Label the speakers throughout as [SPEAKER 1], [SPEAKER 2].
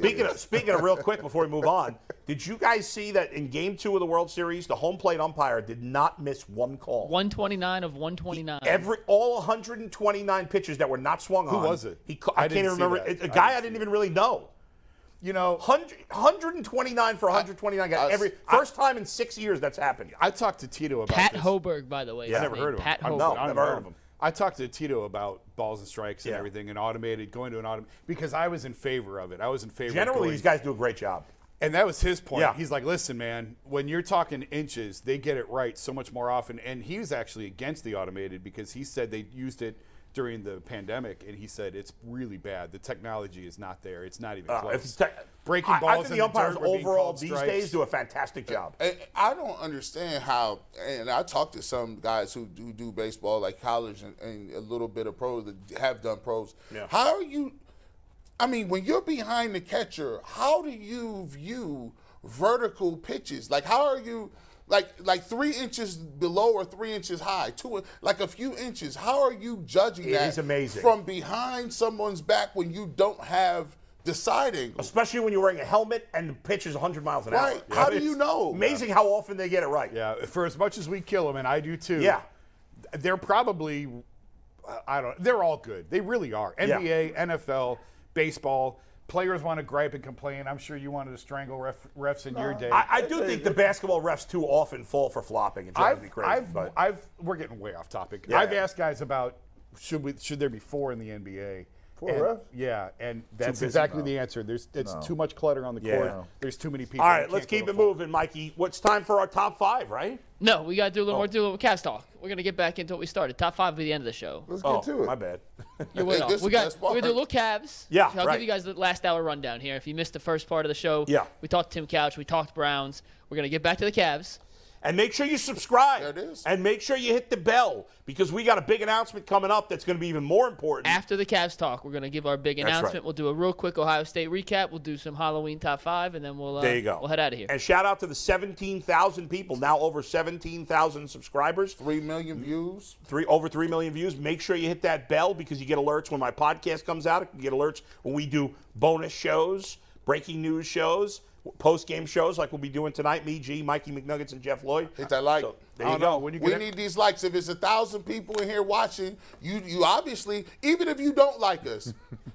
[SPEAKER 1] Speaking of, speaking of real quick before we move on, did you guys see that in Game Two of the World Series, the home plate umpire did not miss one call?
[SPEAKER 2] 129 of 129.
[SPEAKER 1] Every all 129 pitches that were not swung on.
[SPEAKER 3] was it?
[SPEAKER 1] He, ca- I,
[SPEAKER 3] I
[SPEAKER 1] can't
[SPEAKER 3] didn't
[SPEAKER 1] even
[SPEAKER 3] see
[SPEAKER 1] remember.
[SPEAKER 3] that.
[SPEAKER 1] It's a
[SPEAKER 3] I
[SPEAKER 1] guy I
[SPEAKER 3] didn't
[SPEAKER 1] didn't even really know.
[SPEAKER 3] You know,
[SPEAKER 1] 100, 129 for 129 guys.
[SPEAKER 3] us-
[SPEAKER 1] Every
[SPEAKER 3] I-
[SPEAKER 1] first time in six years that's happened.
[SPEAKER 3] I talked to Tito about
[SPEAKER 2] Pat
[SPEAKER 3] this.
[SPEAKER 2] Hoberg, by the way.
[SPEAKER 1] Yeah,
[SPEAKER 2] is
[SPEAKER 1] never
[SPEAKER 2] his
[SPEAKER 1] heard of
[SPEAKER 2] name.
[SPEAKER 1] him.
[SPEAKER 2] Pat
[SPEAKER 1] I'm
[SPEAKER 2] Hoberg.
[SPEAKER 1] No,
[SPEAKER 3] I don't
[SPEAKER 1] never
[SPEAKER 3] know.
[SPEAKER 1] heard of him.
[SPEAKER 3] I talked to Tito about balls and strikes and
[SPEAKER 1] Yeah.
[SPEAKER 3] everything and automated going to an autom because I was in favor of it. I was in favor. of
[SPEAKER 1] Generally,
[SPEAKER 3] going-
[SPEAKER 1] these guys do a great job.
[SPEAKER 3] And that was his point.
[SPEAKER 1] Yeah.
[SPEAKER 3] He's like, listen, man, when you're talking inches, they get it right so much more often. And he was actually against the automated because he said they used it during the pandemic, and he said it's really bad. The technology is not there. It's not even
[SPEAKER 1] Uh,
[SPEAKER 3] close.
[SPEAKER 1] if it's te-
[SPEAKER 3] Breaking
[SPEAKER 1] I-
[SPEAKER 3] balls
[SPEAKER 1] I think
[SPEAKER 3] in
[SPEAKER 1] the
[SPEAKER 3] the
[SPEAKER 1] umpires
[SPEAKER 3] dirt were being
[SPEAKER 1] overall
[SPEAKER 3] called
[SPEAKER 1] these
[SPEAKER 3] strikes.
[SPEAKER 1] days do a fantastic job.
[SPEAKER 4] And I don't understand how, and I talked to some guys who do, do baseball, like college and, and a little bit of pros that have done pros.
[SPEAKER 1] Yeah.
[SPEAKER 4] How are you? I mean, when you're behind the catcher, how do you view vertical pitches? Like, how are you? Like, like three inches below or three inches high, two like a few inches. How are you judging
[SPEAKER 1] It
[SPEAKER 4] that?
[SPEAKER 1] is amazing.
[SPEAKER 4] from behind someone's back when you don't have the side angle.
[SPEAKER 1] Especially when you're wearing a helmet and the pitch is 100 miles an hour.
[SPEAKER 4] Right. How do you know?
[SPEAKER 1] Amazing how often they get it right.
[SPEAKER 3] Yeah, for as much as we kill them, and I do too.
[SPEAKER 1] Yeah.
[SPEAKER 3] they're probably, uh, I don't. They're all good. They really are.
[SPEAKER 1] Yeah.
[SPEAKER 3] NBA, NFL, baseball. Players want to gripe and complain. I'm sure you wanted to strangle ref, refs in your day.
[SPEAKER 1] I, I do think the basketball refs too often fall for flopping. It drives me
[SPEAKER 3] I've,
[SPEAKER 1] crazy.
[SPEAKER 3] I've,
[SPEAKER 1] but
[SPEAKER 3] I've, we're getting way off topic.
[SPEAKER 1] Yeah.
[SPEAKER 3] I've asked guys about should we, should there be four in the NBA?
[SPEAKER 5] Four
[SPEAKER 3] And-
[SPEAKER 5] refs?
[SPEAKER 3] Yeah, and that's
[SPEAKER 5] busy.
[SPEAKER 3] exactly
[SPEAKER 5] No.
[SPEAKER 3] the answer. There's it's too much clutter on the
[SPEAKER 1] Yeah.
[SPEAKER 3] court.
[SPEAKER 1] No.
[SPEAKER 3] There's too many people.
[SPEAKER 1] all
[SPEAKER 3] You
[SPEAKER 1] right,
[SPEAKER 3] can't
[SPEAKER 1] let's
[SPEAKER 3] go
[SPEAKER 1] keep
[SPEAKER 3] to
[SPEAKER 1] it
[SPEAKER 3] four.
[SPEAKER 1] moving, Mikey. What's time for our top five, right?
[SPEAKER 2] No, we got to do a
[SPEAKER 1] Oh.
[SPEAKER 2] little more, do a little cast talk. We're going to get back into what we started. Top five will be the end of the show.
[SPEAKER 5] Let's
[SPEAKER 1] oh,
[SPEAKER 5] get to it.
[SPEAKER 1] my bad.
[SPEAKER 2] You're way
[SPEAKER 4] Hey,
[SPEAKER 2] off.
[SPEAKER 4] this
[SPEAKER 2] We
[SPEAKER 4] is
[SPEAKER 2] got
[SPEAKER 4] best
[SPEAKER 2] we're gonna do
[SPEAKER 4] part.
[SPEAKER 2] little Cavs.
[SPEAKER 1] Yeah,
[SPEAKER 2] I'll
[SPEAKER 1] right.
[SPEAKER 2] give you guys the last hour rundown here. If you missed the first part of the show,
[SPEAKER 1] Yeah.
[SPEAKER 2] we talked Tim Couch, we talked Browns. We're gonna get back to the Cavs.
[SPEAKER 1] And make sure you subscribe.
[SPEAKER 4] There it is.
[SPEAKER 1] And make sure you hit the bell because we got a big announcement coming up that's going to be even more important.
[SPEAKER 2] After the Cavs talk, we're gonna give our big
[SPEAKER 1] right.
[SPEAKER 2] announcement. We'll do a real quick Ohio State recap. We'll do some Halloween top five, and then we'll uh,
[SPEAKER 1] There you go.
[SPEAKER 2] We'll head out of here.
[SPEAKER 1] And shout out to the 17,000 people, now over 17,000 subscribers,
[SPEAKER 4] Three million views.
[SPEAKER 1] three over 3 million views. Make sure you hit that bell because you get alerts when my podcast comes out. You get alerts when we do bonus shows, breaking news shows, post game shows like we'll be doing tonight. Me, G, Mikey McNuggets, and Jeff Lloyd.
[SPEAKER 4] Hit that like.
[SPEAKER 1] there
[SPEAKER 3] I
[SPEAKER 1] you
[SPEAKER 3] don't
[SPEAKER 1] go.
[SPEAKER 3] know, Oh, when you
[SPEAKER 4] we
[SPEAKER 3] get-
[SPEAKER 4] need these likes. If it's a thousand people in here watching, you you obviously, even if you don't like us,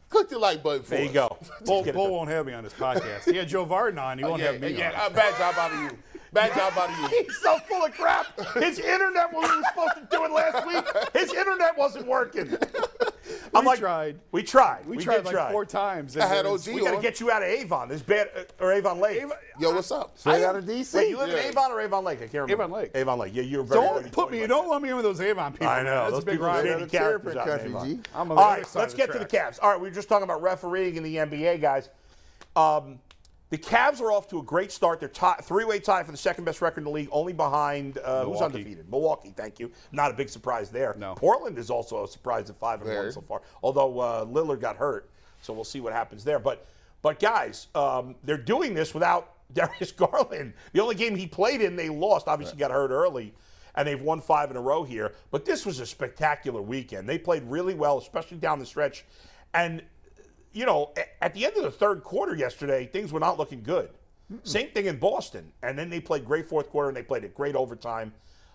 [SPEAKER 4] click the like button for
[SPEAKER 1] there you
[SPEAKER 4] us.
[SPEAKER 1] go.
[SPEAKER 3] Bull,
[SPEAKER 1] Let's get it
[SPEAKER 3] Bull
[SPEAKER 1] done.
[SPEAKER 3] won't have me on his podcast. He had Joe Varden on. He won't
[SPEAKER 4] Yeah,
[SPEAKER 3] have me.
[SPEAKER 4] yeah,
[SPEAKER 3] on.
[SPEAKER 4] uh, bad job out of you. Bad job out of you.
[SPEAKER 1] He's so full of crap. His internet, when we were supposed to do it last week, his internet wasn't working. I'm
[SPEAKER 3] We tried.
[SPEAKER 1] We tried.
[SPEAKER 3] We, tried
[SPEAKER 1] did
[SPEAKER 3] like
[SPEAKER 1] try.
[SPEAKER 3] four times.
[SPEAKER 4] I had
[SPEAKER 3] and
[SPEAKER 4] OG
[SPEAKER 3] it was-
[SPEAKER 1] We got to
[SPEAKER 4] on.
[SPEAKER 1] get you out of Avon. This bad uh, or Avon Lake.
[SPEAKER 4] Yo, what's up?
[SPEAKER 5] Straight out of DC.
[SPEAKER 1] Wait, you live
[SPEAKER 4] Yeah.
[SPEAKER 1] in Avon or Avon Lake? I can't remember.
[SPEAKER 3] Avon Lake.
[SPEAKER 1] Avon Lake. Yeah, you're very. very
[SPEAKER 3] Don't put me.
[SPEAKER 1] like
[SPEAKER 3] Don't
[SPEAKER 1] that.
[SPEAKER 3] lump me in with those Avon people.
[SPEAKER 1] I know.
[SPEAKER 3] That's
[SPEAKER 1] Those
[SPEAKER 3] a big
[SPEAKER 1] people
[SPEAKER 3] ride.
[SPEAKER 1] shady
[SPEAKER 5] Out of
[SPEAKER 1] characters
[SPEAKER 5] Serpent
[SPEAKER 1] out in
[SPEAKER 5] Country,
[SPEAKER 1] Avon.
[SPEAKER 5] G.
[SPEAKER 3] I'm on
[SPEAKER 1] All
[SPEAKER 3] the
[SPEAKER 1] right,
[SPEAKER 3] other side
[SPEAKER 1] let's
[SPEAKER 3] of
[SPEAKER 1] get
[SPEAKER 3] the
[SPEAKER 1] to the
[SPEAKER 3] track.
[SPEAKER 1] Cavs. All right, we were just talking about refereeing in the NBA, guys. Um, the Cavs are off to a great start. They're tie, three-way tie for the second best record in the league, only behind uh, who's
[SPEAKER 3] Milwaukee.
[SPEAKER 1] undefeated. Milwaukee, thank you. Not a big surprise there.
[SPEAKER 3] No.
[SPEAKER 1] Portland is also a surprise at five and one
[SPEAKER 4] Very.
[SPEAKER 1] so far. Although uh, Lillard got hurt, so we'll see what happens there. But but guys, um, they're doing this without Darius Garland. The only game he played in, they lost. Obviously, got hurt early. And they've won five in a row here. But this was a spectacular weekend. They played really well, especially down the stretch. And you know, a- at the end of the third quarter yesterday, things were not looking good. Same thing in Boston. And then they played great fourth quarter and they played a great overtime.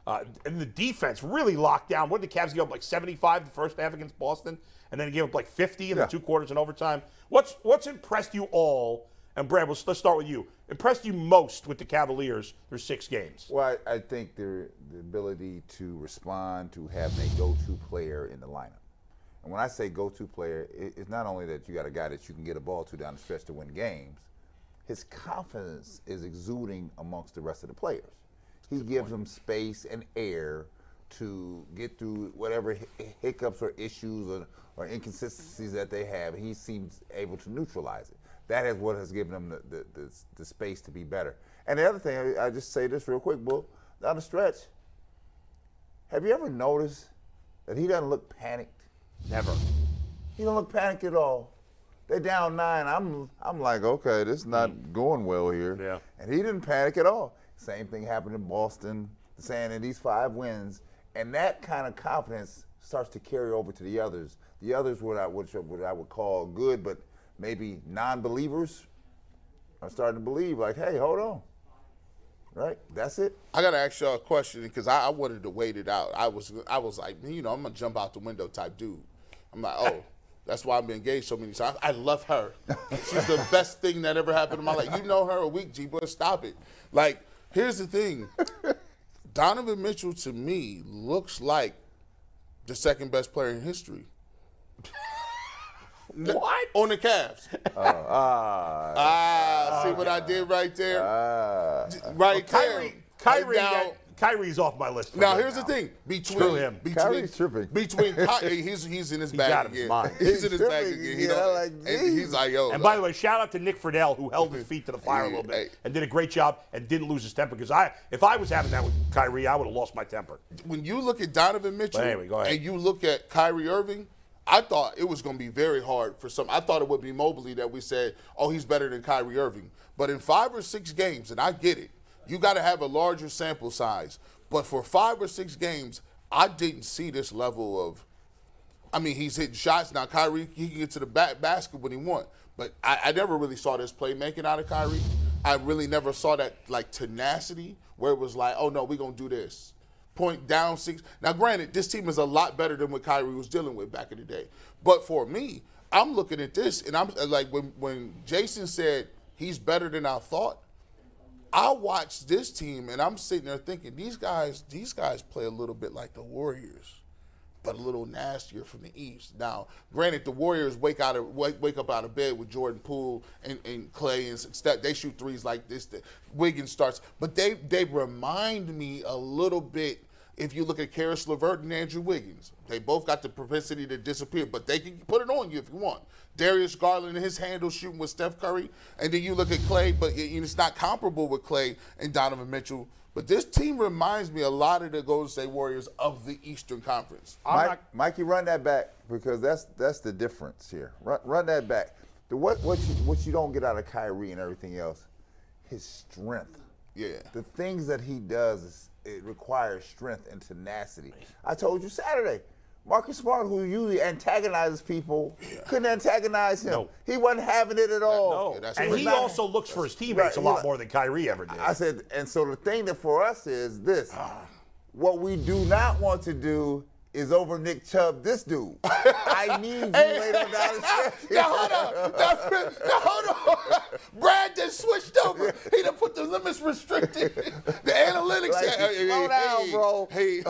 [SPEAKER 1] Uh, and the defense really locked down. What did the Cavs give up? Like 75 the first half against Boston, and then they gave up like 50 in
[SPEAKER 5] Yeah.
[SPEAKER 1] the two quarters in overtime. What's what's impressed you all? And Brad, let's, let's start with you. Impressed you most with the Cavaliers through six games?
[SPEAKER 5] Well, I, I think their the ability to respond to having a go-to player in the lineup. And when I say go-to player, it, it's not only that you got a guy that you can get a ball to down the stretch to win games. His confidence is exuding amongst the rest of the players. He gives them space and air to get through whatever hi- hiccups or issues or, or inconsistencies that they have. He seems able to neutralize it. That is what has given them the, the, the, the space to be better. And the other thing, I, I just say this real quick, Bull, down the stretch, have you ever noticed that he doesn't look panicked?
[SPEAKER 1] Never.
[SPEAKER 5] He don't look panicked at all. They down nine. I'm I'm like, okay, this is not going well here.
[SPEAKER 1] Yeah.
[SPEAKER 5] And he didn't panic at all. Same thing happened in Boston, saying in these five wins, and that kind of confidence starts to carry over to the others. The others what I which, what I would call good, but maybe non-believers are starting to believe, like, hey, hold on. Right? That's it.
[SPEAKER 4] I gotta ask y'all a question because I, I wanted to wait it out. I was I was like, you know, I'm gonna jump out the window type dude. I'm like, oh, that's why I've been engaged so many times. I love her. She's the best thing that ever happened in my life. You know her a week, G, but stop it. Like, here's the thing. Donovan Mitchell to me looks like the second best player in history.
[SPEAKER 1] What?
[SPEAKER 4] On the Cavs.
[SPEAKER 5] Oh, Ah,
[SPEAKER 4] Ah, see what I did right there?
[SPEAKER 5] ah.
[SPEAKER 4] right
[SPEAKER 1] Kyrie,
[SPEAKER 4] there.
[SPEAKER 1] Kyrie,
[SPEAKER 4] Now-
[SPEAKER 1] Kyrie's off my list. for
[SPEAKER 4] Now
[SPEAKER 1] right
[SPEAKER 4] here's the thing between
[SPEAKER 1] Screw him.
[SPEAKER 4] between
[SPEAKER 5] Kyrie's tripping.
[SPEAKER 4] between Ky- he's he's in his
[SPEAKER 1] He's
[SPEAKER 4] bag
[SPEAKER 1] out of his
[SPEAKER 4] again.
[SPEAKER 1] mind.
[SPEAKER 4] He's, in his
[SPEAKER 5] He's
[SPEAKER 4] bag
[SPEAKER 5] tripping,
[SPEAKER 4] again. He
[SPEAKER 5] yeah,
[SPEAKER 4] don't-
[SPEAKER 5] like,
[SPEAKER 4] and he's like yo.
[SPEAKER 1] And by the way, shout out to Nick Friedel who held his feet to the fire a little
[SPEAKER 4] Oh, Hey.
[SPEAKER 1] bit and did a great job and didn't lose his temper because I, if I was having that with Kyrie, I would have lost my temper.
[SPEAKER 4] when you look at Donovan Mitchell
[SPEAKER 1] But anyway, go ahead.
[SPEAKER 4] and you look at Kyrie Irving, I thought it was going to be very hard for some. I thought it would be Mobley that we said, oh, he's better than Kyrie Irving. But in five or six games, and I get it, you got to have a larger sample size. But for five or six games, I didn't see this level of. I mean, he's hitting shots now. Kyrie, he can get to the back basket when he want. But I, I never really saw this playmaking out of Kyrie. I really never saw that like tenacity where it was like, oh no, we're gonna do this. Point down six. Now, granted, this team is a lot better than what Kyrie was dealing with back in the day. But for me, I'm looking at this and I'm uh, like, when when Jason said he's better than I thought, I watched this team and I'm sitting there thinking these guys, these guys play a little bit like the Warriors but a little nastier from the East. Now, granted, the Warriors wake out of wake, wake up out of bed with Jordan Poole and, and Clay and Steph. They shoot threes like this. The, Wiggins starts, but they they remind me a little bit. If you look at Karis LeVert and Andrew Wiggins, they both got the propensity to disappear, but they can put it on you if you want. Darius Garland and his handle shooting with Steph Curry, and then you look at Clay, but it- it's not comparable with Clay and Donovan Mitchell. But this team reminds me a lot of the Golden State Warriors of the Eastern Conference.
[SPEAKER 3] I'm
[SPEAKER 5] Mike,
[SPEAKER 3] not-
[SPEAKER 5] Mikey, run that back because that's that's the difference here. Run, run that back. The what what you, what you don't get out of Kyrie and everything else, his strength.
[SPEAKER 4] Yeah.
[SPEAKER 5] The things that he does is, it requires strength and tenacity. I told you Saturday, Marcus Smart, who usually antagonizes people, couldn't antagonize him.
[SPEAKER 1] No.
[SPEAKER 5] He wasn't having it at all.
[SPEAKER 1] No,
[SPEAKER 4] that's
[SPEAKER 1] and
[SPEAKER 4] what
[SPEAKER 1] he
[SPEAKER 4] it is.
[SPEAKER 1] also looks for his teammates
[SPEAKER 5] right,
[SPEAKER 1] a
[SPEAKER 5] he
[SPEAKER 1] lot
[SPEAKER 5] like-
[SPEAKER 1] more than Kyrie ever did.
[SPEAKER 5] I said, and so the thing that for us is this: what we do not want to do is over Nick Chubb this dude. I need you later on down the stretch.
[SPEAKER 4] Now hold on. Now, now hold on. Brad just switched over. He done put the limits restricted. The analytics.
[SPEAKER 5] Like, slow down, bro.
[SPEAKER 4] Hey.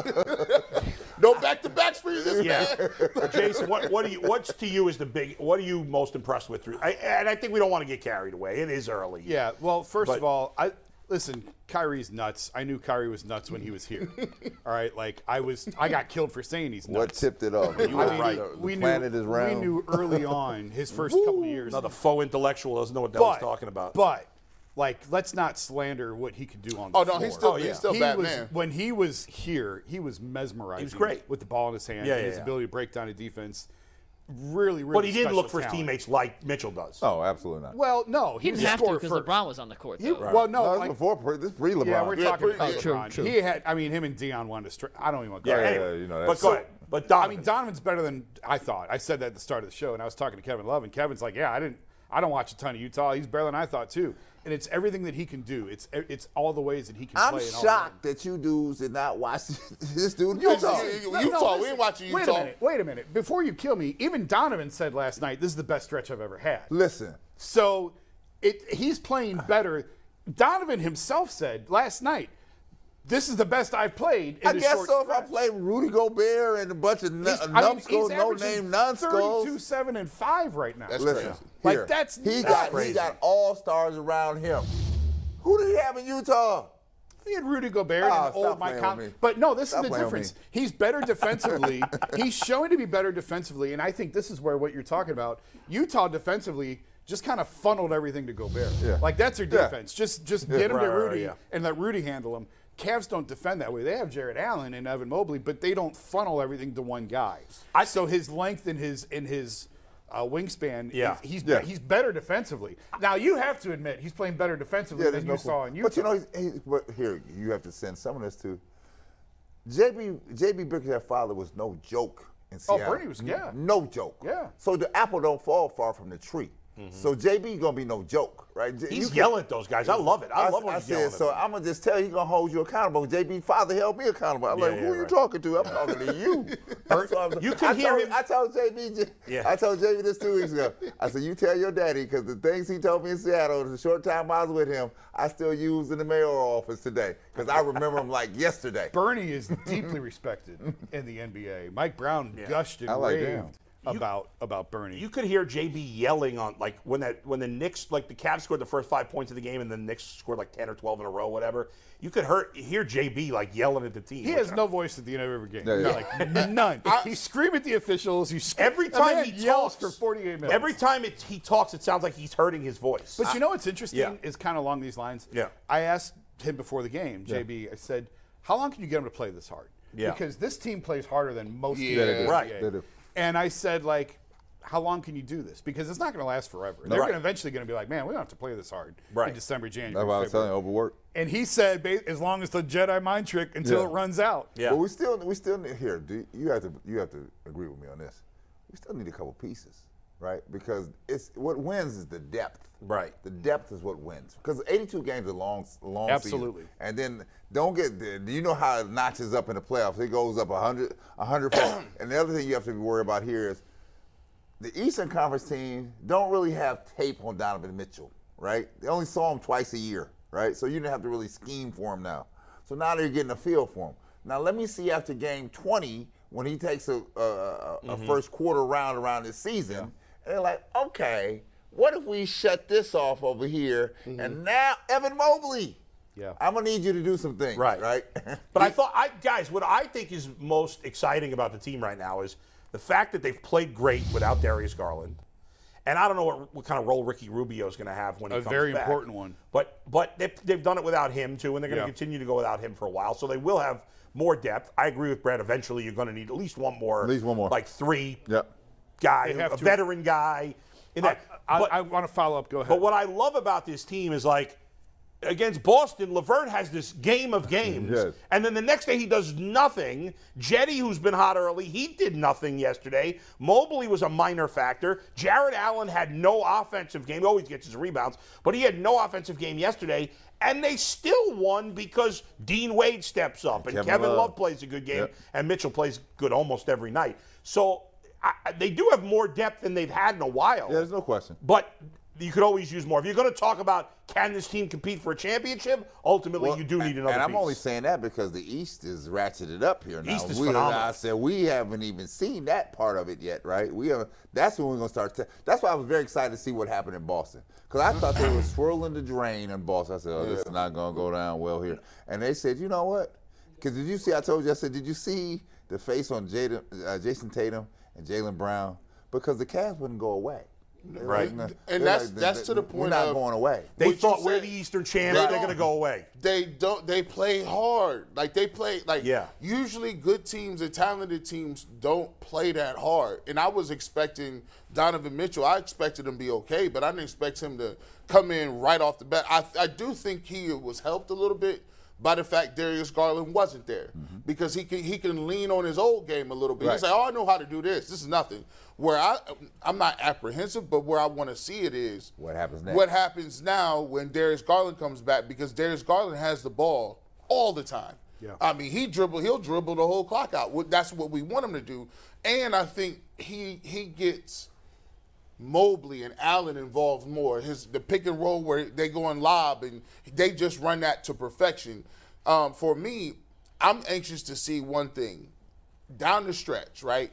[SPEAKER 4] no back to backs for you this
[SPEAKER 1] Yeah,
[SPEAKER 4] man.
[SPEAKER 1] Jason, what, what do you? What's to you is the big? What are you most impressed with? Through, I, and I think we don't want to get carried away. It is early.
[SPEAKER 3] Yeah. Well, first
[SPEAKER 1] But-
[SPEAKER 3] of all, I listen. Kyrie's nuts. I knew Kyrie was nuts when he was here. all right. Like I was, I got killed for saying he's nuts.
[SPEAKER 5] What tipped it off?
[SPEAKER 3] I
[SPEAKER 5] You were
[SPEAKER 3] mean,
[SPEAKER 5] right.
[SPEAKER 3] we- We
[SPEAKER 5] The planet
[SPEAKER 3] knew,
[SPEAKER 5] is round.
[SPEAKER 3] We knew early on his first couple of years.
[SPEAKER 1] another faux intellectual doesn't know what the hell
[SPEAKER 3] but,
[SPEAKER 1] he's talking about.
[SPEAKER 3] But like, let's not slander what he could do on.
[SPEAKER 4] Oh,
[SPEAKER 3] the
[SPEAKER 4] no, he's
[SPEAKER 3] floor.
[SPEAKER 4] still- Oh, he's yeah. still
[SPEAKER 3] he
[SPEAKER 4] bad
[SPEAKER 3] was,
[SPEAKER 4] man.
[SPEAKER 3] When he was here, he was mesmerizing. He
[SPEAKER 1] was great.
[SPEAKER 3] with the ball in his hand.
[SPEAKER 1] Yeah,
[SPEAKER 3] and
[SPEAKER 1] yeah,
[SPEAKER 3] His
[SPEAKER 1] yeah.
[SPEAKER 3] ability to break down a defense. Really, really.
[SPEAKER 1] but he didn't
[SPEAKER 3] special
[SPEAKER 1] look for his
[SPEAKER 3] talent.
[SPEAKER 1] teammates like Mitchell does.
[SPEAKER 5] oh, absolutely not.
[SPEAKER 3] Well, no, he,
[SPEAKER 2] He
[SPEAKER 3] was
[SPEAKER 2] didn't
[SPEAKER 3] a
[SPEAKER 2] have to
[SPEAKER 3] scorer
[SPEAKER 2] because
[SPEAKER 3] first.
[SPEAKER 2] LeBron was on the court.
[SPEAKER 3] He-
[SPEAKER 2] though.
[SPEAKER 3] Well, no,
[SPEAKER 5] no, it's
[SPEAKER 3] like-
[SPEAKER 5] before pre- this is pre LeBron.
[SPEAKER 3] yeah, we're talking
[SPEAKER 4] pre-
[SPEAKER 3] about
[SPEAKER 2] yeah. True,
[SPEAKER 3] LeBron.
[SPEAKER 2] true.
[SPEAKER 3] He had, I mean, him and Dion wanted to. Str- I don't even want to.
[SPEAKER 1] yeah,
[SPEAKER 3] go there.
[SPEAKER 1] anyway.
[SPEAKER 5] you know,
[SPEAKER 1] but
[SPEAKER 5] that's-
[SPEAKER 1] go
[SPEAKER 5] So-
[SPEAKER 1] ahead. But
[SPEAKER 3] I
[SPEAKER 1] Donovan.
[SPEAKER 3] mean, Donovan's better than I thought. I said that at the start of the show, and I was talking to Kevin Love, and Kevin's like, "Yeah, I didn't. I don't watch a ton of Utah. He's better than I thought too." And it's everything that he can do. It's it's all the ways that he can
[SPEAKER 5] I'm
[SPEAKER 3] play. and all
[SPEAKER 5] shocked that you dudes did not watch this dude.
[SPEAKER 4] You-
[SPEAKER 5] Utah.
[SPEAKER 4] you- you-
[SPEAKER 3] that.
[SPEAKER 4] Utah, we
[SPEAKER 3] listen.
[SPEAKER 4] ain't watching
[SPEAKER 3] Wait a
[SPEAKER 4] Utah.
[SPEAKER 3] minute. Wait a minute. Before you kill me, even Donovan said last night, "This is the best stretch I've ever had."
[SPEAKER 5] Listen,
[SPEAKER 3] So it he's playing better. Donovan himself said last night, "This is the best I've played." In
[SPEAKER 5] I
[SPEAKER 3] this
[SPEAKER 5] guess
[SPEAKER 3] short
[SPEAKER 5] so. If I
[SPEAKER 3] stretch."
[SPEAKER 5] played Rudy Gobert and a bunch of nu-
[SPEAKER 3] He's- I mean,
[SPEAKER 5] numbskulls,
[SPEAKER 3] he's
[SPEAKER 5] no
[SPEAKER 3] averaging 32,
[SPEAKER 5] name numbskulls.
[SPEAKER 3] 7 and 5 right now.
[SPEAKER 4] That's
[SPEAKER 5] Listen,
[SPEAKER 4] crazy.
[SPEAKER 3] Like,
[SPEAKER 5] here.
[SPEAKER 3] that's
[SPEAKER 5] he
[SPEAKER 3] nuts.
[SPEAKER 5] got
[SPEAKER 1] Crazy.
[SPEAKER 5] he got all stars around him. Who did he have in Utah?
[SPEAKER 3] He had Rudy Gobert and
[SPEAKER 5] Oh,
[SPEAKER 3] an
[SPEAKER 5] stop
[SPEAKER 3] old Mike
[SPEAKER 5] playing
[SPEAKER 3] Conley.
[SPEAKER 5] with me.
[SPEAKER 3] But no, this is
[SPEAKER 5] Stop
[SPEAKER 3] the
[SPEAKER 5] playing with
[SPEAKER 3] difference.
[SPEAKER 5] me.
[SPEAKER 3] He's better defensively. He's showing to be better defensively, and I think this is where what you're talking about. Utah defensively just kind of funneled everything to Gobert.
[SPEAKER 5] Yeah.
[SPEAKER 3] Like that's their
[SPEAKER 5] Yeah.
[SPEAKER 3] defense. Just just get him
[SPEAKER 1] Right,
[SPEAKER 3] to
[SPEAKER 1] right, right,
[SPEAKER 3] Rudy
[SPEAKER 1] yeah.
[SPEAKER 3] and let Rudy handle him. Cavs don't defend that way. They have Jared Allen and Evan Mobley, but they don't funnel everything to one guy. so his length and his and his uh, wingspan,
[SPEAKER 1] Yeah.
[SPEAKER 3] he's
[SPEAKER 5] Yeah.
[SPEAKER 3] he's better defensively. Now you have to admit he's playing better defensively
[SPEAKER 5] Yeah, there's
[SPEAKER 3] than
[SPEAKER 5] no
[SPEAKER 3] you saw
[SPEAKER 5] que-
[SPEAKER 3] in Utah.
[SPEAKER 5] But you know, he's, he's, but here you have to send some of this to JB. JB Bickerstaff's father was no joke in
[SPEAKER 3] Oh,
[SPEAKER 5] Seattle.
[SPEAKER 3] Bernie was- yeah.
[SPEAKER 5] no joke.
[SPEAKER 3] Yeah.
[SPEAKER 5] So the apple don't fall far from the tree. So JB gonna be no joke, right? J- you
[SPEAKER 1] He's
[SPEAKER 5] can-
[SPEAKER 1] yelling at those guys. I love it. I, love when
[SPEAKER 5] I
[SPEAKER 1] he's yelling
[SPEAKER 5] said,
[SPEAKER 1] at
[SPEAKER 5] so
[SPEAKER 1] them.
[SPEAKER 5] I'm gonna just tell you, he's gonna hold you accountable. JB Father held me accountable. I'm
[SPEAKER 1] Yeah,
[SPEAKER 5] like, who
[SPEAKER 1] yeah,
[SPEAKER 5] you
[SPEAKER 1] right.
[SPEAKER 5] talking to? I'm talking to you. That's what I'm-
[SPEAKER 1] You can
[SPEAKER 5] I
[SPEAKER 1] hear
[SPEAKER 5] told,
[SPEAKER 1] him-
[SPEAKER 5] I told JB. j-
[SPEAKER 1] Yeah.
[SPEAKER 5] I told JB this two weeks ago. I said, you tell your daddy because the things he told me in Seattle, the short time I was with him, I still use in the mayoral office today because I remember him like yesterday.
[SPEAKER 3] Bernie is deeply respected in the NBA. Mike Brown gushed and
[SPEAKER 5] I like
[SPEAKER 3] raved
[SPEAKER 5] him.
[SPEAKER 3] about about Bernie.
[SPEAKER 1] You could hear JB yelling on like when that when the Knicks like the Cavs scored the first five points of the game and the Knicks scored like ten or twelve in a row, whatever. You could hear hear JB like yelling at the team.
[SPEAKER 3] he has no voice at the end of every game.
[SPEAKER 5] yeah.
[SPEAKER 3] Like none. he scream at the officials. He sc-
[SPEAKER 1] every
[SPEAKER 3] a
[SPEAKER 1] time
[SPEAKER 3] man
[SPEAKER 1] he
[SPEAKER 3] yells
[SPEAKER 1] talks
[SPEAKER 3] for 48 minutes.
[SPEAKER 1] Every time it, he talks, it sounds like he's hurting his voice.
[SPEAKER 3] But you know what's interesting
[SPEAKER 1] Yeah.
[SPEAKER 3] is kind of along these lines.
[SPEAKER 1] Yeah.
[SPEAKER 3] I asked him before the game, JB. I said, "How long can you get him to play this hard?"
[SPEAKER 1] Yeah.
[SPEAKER 3] Because this team plays harder than most.
[SPEAKER 4] Yeah,
[SPEAKER 3] teams in
[SPEAKER 4] they
[SPEAKER 3] the
[SPEAKER 4] do.
[SPEAKER 3] NBA.
[SPEAKER 1] Right.
[SPEAKER 5] They do.
[SPEAKER 3] And I said, like, how long can you do this? Because it's not going to last forever. They're
[SPEAKER 1] Right.
[SPEAKER 3] gonna eventually going to be like, man, we don't have to play this hard
[SPEAKER 1] Right.
[SPEAKER 3] in December, January.
[SPEAKER 5] That's why I was telling
[SPEAKER 3] February."
[SPEAKER 5] you, overworked.
[SPEAKER 3] And he said, ba- as long as the Jedi mind trick until
[SPEAKER 5] Yeah.
[SPEAKER 3] it runs out.
[SPEAKER 1] yeah,
[SPEAKER 5] But we still we still need, here. Do you have to you have to agree with me on this? We still need a couple pieces, right? Because it's what wins is the depth.
[SPEAKER 1] Right.
[SPEAKER 5] The depth is what wins. Because 82 games are long long season.
[SPEAKER 3] Absolutely.
[SPEAKER 5] And then don't get the- do you know how it notches up in the playoffs? It goes up 100 100 points. And the other thing you have to be worried about here is the Eastern Conference team don't really have tape on Donovan Mitchell, right? They only saw him twice a year, right? So you didn't have to really scheme for him now. So now they're getting a feel for him. Now let me see after game 20 when he takes a, a, a- a first quarter round around this season, and they're like, okay, what if we shut this off over here? And now Evan Mobley,
[SPEAKER 3] Yeah.
[SPEAKER 5] I'm gonna need you to do some things,
[SPEAKER 1] Right.
[SPEAKER 5] Right?
[SPEAKER 1] But I thought, I guys, what I think is most exciting about the team right now is the fact that they've played great without Darius Garland, and I don't know what, what kind of role Ricky Rubio is going to have when he
[SPEAKER 3] A
[SPEAKER 1] comes
[SPEAKER 3] very
[SPEAKER 1] back.
[SPEAKER 3] important one.
[SPEAKER 1] But but they, they've done it without him too, and they're going
[SPEAKER 3] Yeah.
[SPEAKER 1] to continue to go without him for a while. So they will have more depth. I agree with Brad. Eventually, you're going to need at least one more,
[SPEAKER 5] At least one more.
[SPEAKER 1] like three
[SPEAKER 5] yep.
[SPEAKER 1] guy,
[SPEAKER 3] They have
[SPEAKER 1] a
[SPEAKER 3] to.
[SPEAKER 1] veteran guy. In
[SPEAKER 3] I,
[SPEAKER 1] that,
[SPEAKER 3] I,
[SPEAKER 1] but,
[SPEAKER 3] I want to follow up. Go ahead.
[SPEAKER 1] but what I love about this team is like against Boston, Lavert has this game of games.
[SPEAKER 5] Yes.
[SPEAKER 1] And then the next day he does nothing. Jetty, who's been hot early, he did nothing yesterday. Mobley was a minor factor. Jared Allen had no offensive game. He always gets his rebounds, but he had no offensive game yesterday. And they still won because Dean Wade steps up and Kevin,
[SPEAKER 5] Kevin Love.
[SPEAKER 1] Love. plays a good game
[SPEAKER 5] Yep.
[SPEAKER 1] and Mitchell plays good almost every night. So I, I- they do have more depth than they've had in a while.
[SPEAKER 5] Yeah, there's no question.
[SPEAKER 1] But you could always use more. If you're going to talk about can this team compete for a championship, ultimately you do
[SPEAKER 5] Well,
[SPEAKER 1] need another.
[SPEAKER 5] And I'm
[SPEAKER 1] piece.
[SPEAKER 5] only saying that because the East is ratcheted up here now.
[SPEAKER 1] East is
[SPEAKER 5] we,
[SPEAKER 1] phenomenal.
[SPEAKER 5] I said we haven't even seen that part of it yet, right? We have. That's when we're gonna start. to- that's why I was very excited to see what happened in Boston because I thought they were swirling the drain in Boston. I said, oh, this is not gonna go down well here. And they said, you know what? Because did you see? I told you. I said, did you see the face on Jaden, uh, Jason Tatum and Jalen Brown? Because the Cavs wouldn't go away. They were
[SPEAKER 1] Right.
[SPEAKER 5] "No."
[SPEAKER 4] And
[SPEAKER 5] They're
[SPEAKER 4] that's-
[SPEAKER 5] "Th-
[SPEAKER 4] that's
[SPEAKER 5] th-
[SPEAKER 4] to the
[SPEAKER 5] We're
[SPEAKER 4] point
[SPEAKER 5] not
[SPEAKER 4] of-
[SPEAKER 5] going away.
[SPEAKER 1] they
[SPEAKER 4] What you
[SPEAKER 1] thought we're
[SPEAKER 4] said.
[SPEAKER 1] the Eastern champs. They're
[SPEAKER 4] don't.
[SPEAKER 1] going to go away.
[SPEAKER 4] They don't. They play hard. Like they play. Like
[SPEAKER 1] Yeah.
[SPEAKER 4] Usually, good teams and talented teams don't play that hard. And I was expecting Donovan Mitchell. I expected him to be okay, but I didn't expect him to come in right off the bat. I, I do think he was helped a little bit by the fact Darius Garland wasn't there because he can he can lean on his old game a little bit.
[SPEAKER 5] Mm-hmm. Right.
[SPEAKER 4] He's like, oh, I know how to do this. This is nothing. Where I I'm not apprehensive, but where I want to see it is
[SPEAKER 5] What happens next?
[SPEAKER 4] What happens now when Darius Garland comes back because Darius Garland has the ball all the time.
[SPEAKER 3] Yeah.
[SPEAKER 4] I mean, he dribble, he'll dribble the whole clock out. What- That's what we want him to do. And I think he he gets Mobley and Allen involved more. His the pick and roll where they go and lob and they just run that to perfection. Um, for me, I'm anxious to see one thing down the stretch, right?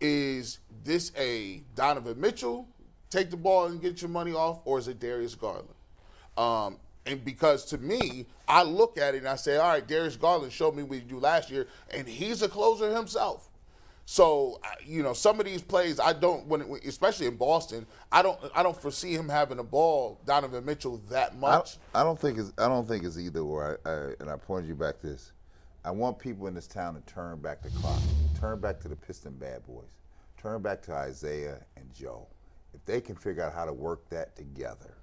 [SPEAKER 4] Is this a Donovan Mitchell take the ball and get your money off, or is it Darius Garland? Um, and because to me, I look at it and I say, all right, Darius Garland showed me what he do last year, and he's a closer himself. So I- you know, some of these plays I don't when, it- especially in Boston, I don't I don't foresee him having a ball Donovan Mitchell that
[SPEAKER 5] I,
[SPEAKER 4] much.
[SPEAKER 5] I don't think it's I don't think it's either or. I, I, and I pointed you back this. I want people in this town to turn back the clock, turn back to the Piston Bad Boys, turn back to Isaiah and Joe. If they can figure out how to work that together,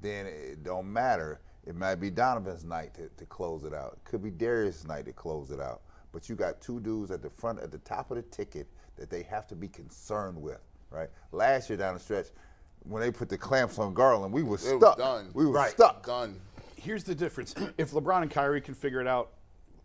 [SPEAKER 5] then it don't matter. It might be Donovan's night to, to close it out. It could be Darius' night to close it out. But you got two dudes at the front, at the top of the ticket that they have to be concerned with, right? Last year down the stretch, when they put the clamps on Garland, we were
[SPEAKER 4] It
[SPEAKER 5] stuck.
[SPEAKER 4] was done.
[SPEAKER 5] We were
[SPEAKER 1] Right.
[SPEAKER 5] stuck.
[SPEAKER 4] Done.
[SPEAKER 3] here's the difference. if LeBron and Kyrie can figure it out,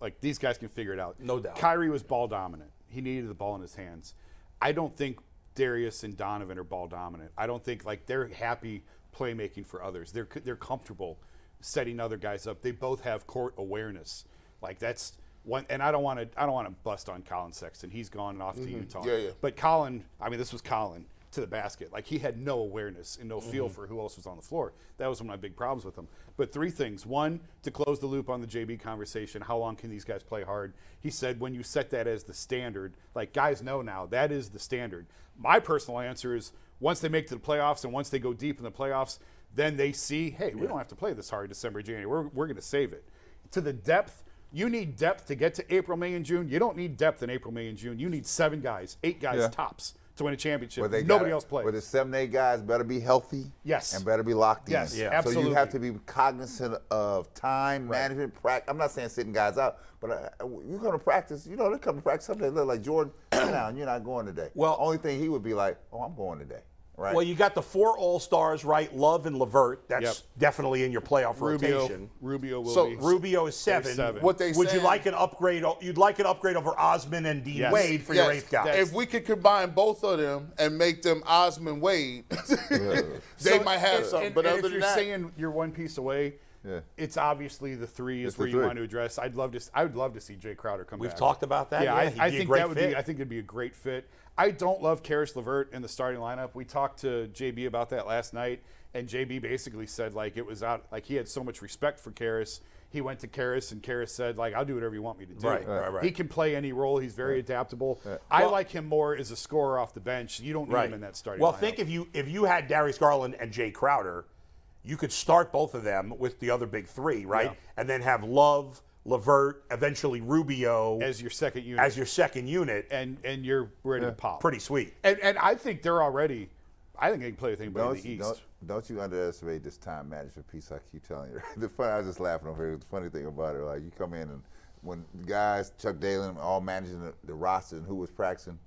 [SPEAKER 3] like these guys can figure it out.
[SPEAKER 1] No doubt.
[SPEAKER 3] Kyrie was ball dominant. He needed the ball in his hands. I don't think Darius and Donovan are ball dominant. I don't think like they're happy playmaking for others. They're they're comfortable setting other guys up. They both have court awareness. Like that's one. And I don't want to I don't want to bust on Colin Sexton. He's gone off to Utah.
[SPEAKER 4] Yeah, yeah.
[SPEAKER 3] But Colin, I mean, this was Colin to the basket. Like he had no awareness and no feel for who else was on the floor. That was one of my big problems with him. But three things: one, to close the loop on the JB conversation, how long can these guys play hard? He said when you set that as the standard, like guys know now that is the standard. My personal answer is once they make it to the playoffs and once they go deep in the playoffs, then they see, hey, we don't have to play this hard December, January. We're we're going to save it to the depth. You need depth to get to April, May, and June. You don't need depth in April, May, and June. You need seven guys, eight guys
[SPEAKER 5] Yeah.
[SPEAKER 3] tops to win a championship.
[SPEAKER 5] But they
[SPEAKER 3] Nobody
[SPEAKER 5] gotta-
[SPEAKER 3] else plays.
[SPEAKER 5] But the seven, eight guys better be healthy.
[SPEAKER 3] Yes.
[SPEAKER 5] And better be locked
[SPEAKER 3] Yes,
[SPEAKER 5] in.
[SPEAKER 3] Yeah.
[SPEAKER 5] So you have to
[SPEAKER 3] absolutely.
[SPEAKER 5] be cognizant of time management. Practice. I'm not saying sitting guys out, but uh, you come to practice. You know they come to practice someday. Look like Jordan, sit down. You're not going today.
[SPEAKER 1] Well-
[SPEAKER 5] only thing he would be like, oh, I'm going today. Right.
[SPEAKER 1] Well, you got the four All Stars, right? Love and Lavert. That's definitely in your playoff
[SPEAKER 3] Rubio,
[SPEAKER 1] rotation.
[SPEAKER 3] Rubio will
[SPEAKER 4] So
[SPEAKER 3] be.
[SPEAKER 1] Rubio is seven.
[SPEAKER 3] seven.
[SPEAKER 4] What they
[SPEAKER 1] would you
[SPEAKER 4] saying-
[SPEAKER 1] like an upgrade? o- You'd like an upgrade over Osman and D
[SPEAKER 3] Yes.
[SPEAKER 1] Wade for your
[SPEAKER 4] Yes.
[SPEAKER 1] eighth guy.
[SPEAKER 4] If we could combine both of them and make them Osmond Wade, they
[SPEAKER 3] So-
[SPEAKER 4] might have
[SPEAKER 3] and-
[SPEAKER 4] something.
[SPEAKER 3] and-
[SPEAKER 4] but
[SPEAKER 3] and
[SPEAKER 4] other
[SPEAKER 3] if
[SPEAKER 4] than
[SPEAKER 3] you're
[SPEAKER 4] that,
[SPEAKER 3] saying you're one piece away,
[SPEAKER 5] Yeah.
[SPEAKER 3] it's obviously the three is
[SPEAKER 5] It's the
[SPEAKER 3] where you
[SPEAKER 5] three.
[SPEAKER 3] want to address. I'd love to. s- I would love to see Jay Crowder come
[SPEAKER 1] We've
[SPEAKER 3] back.
[SPEAKER 1] talked about that.
[SPEAKER 3] Yeah,
[SPEAKER 1] Yeah,
[SPEAKER 3] I,
[SPEAKER 1] he'd be
[SPEAKER 3] I
[SPEAKER 1] a
[SPEAKER 3] think
[SPEAKER 1] great
[SPEAKER 3] that would
[SPEAKER 1] fit.
[SPEAKER 3] be. I think it'd be a great fit. I don't love Karis Levert in the starting lineup. We talked to JB about that last night, and JB basically said like it was out. Like he had so much respect for Karis. He went to Karis, and Karis said like I'll do whatever you want me to do.
[SPEAKER 1] Right, right, right.
[SPEAKER 3] He can play any role. He's very adaptable. I like him more as a scorer off the bench. You don't need him in that starting.
[SPEAKER 1] Well,
[SPEAKER 3] lineup.
[SPEAKER 1] think if you if you had Darius Garland and Jay Crowder, you could start both of them with the other big three, right?
[SPEAKER 3] Yeah.
[SPEAKER 1] And then have Love, Lavert, eventually Rubio
[SPEAKER 3] as your second unit.
[SPEAKER 1] as your second unit.
[SPEAKER 3] and and you're ready to pop.
[SPEAKER 1] Pretty sweet.
[SPEAKER 3] And and I think they're already. I think they can play with anybody
[SPEAKER 5] Don't,
[SPEAKER 3] in the East.
[SPEAKER 5] don't, don't you underestimate this time management piece I keep telling you. the funny, I was just laughing over here. The funny thing about it, like you come in and when the guys, Chuck Dalen, all managing the, the roster and who was practicing,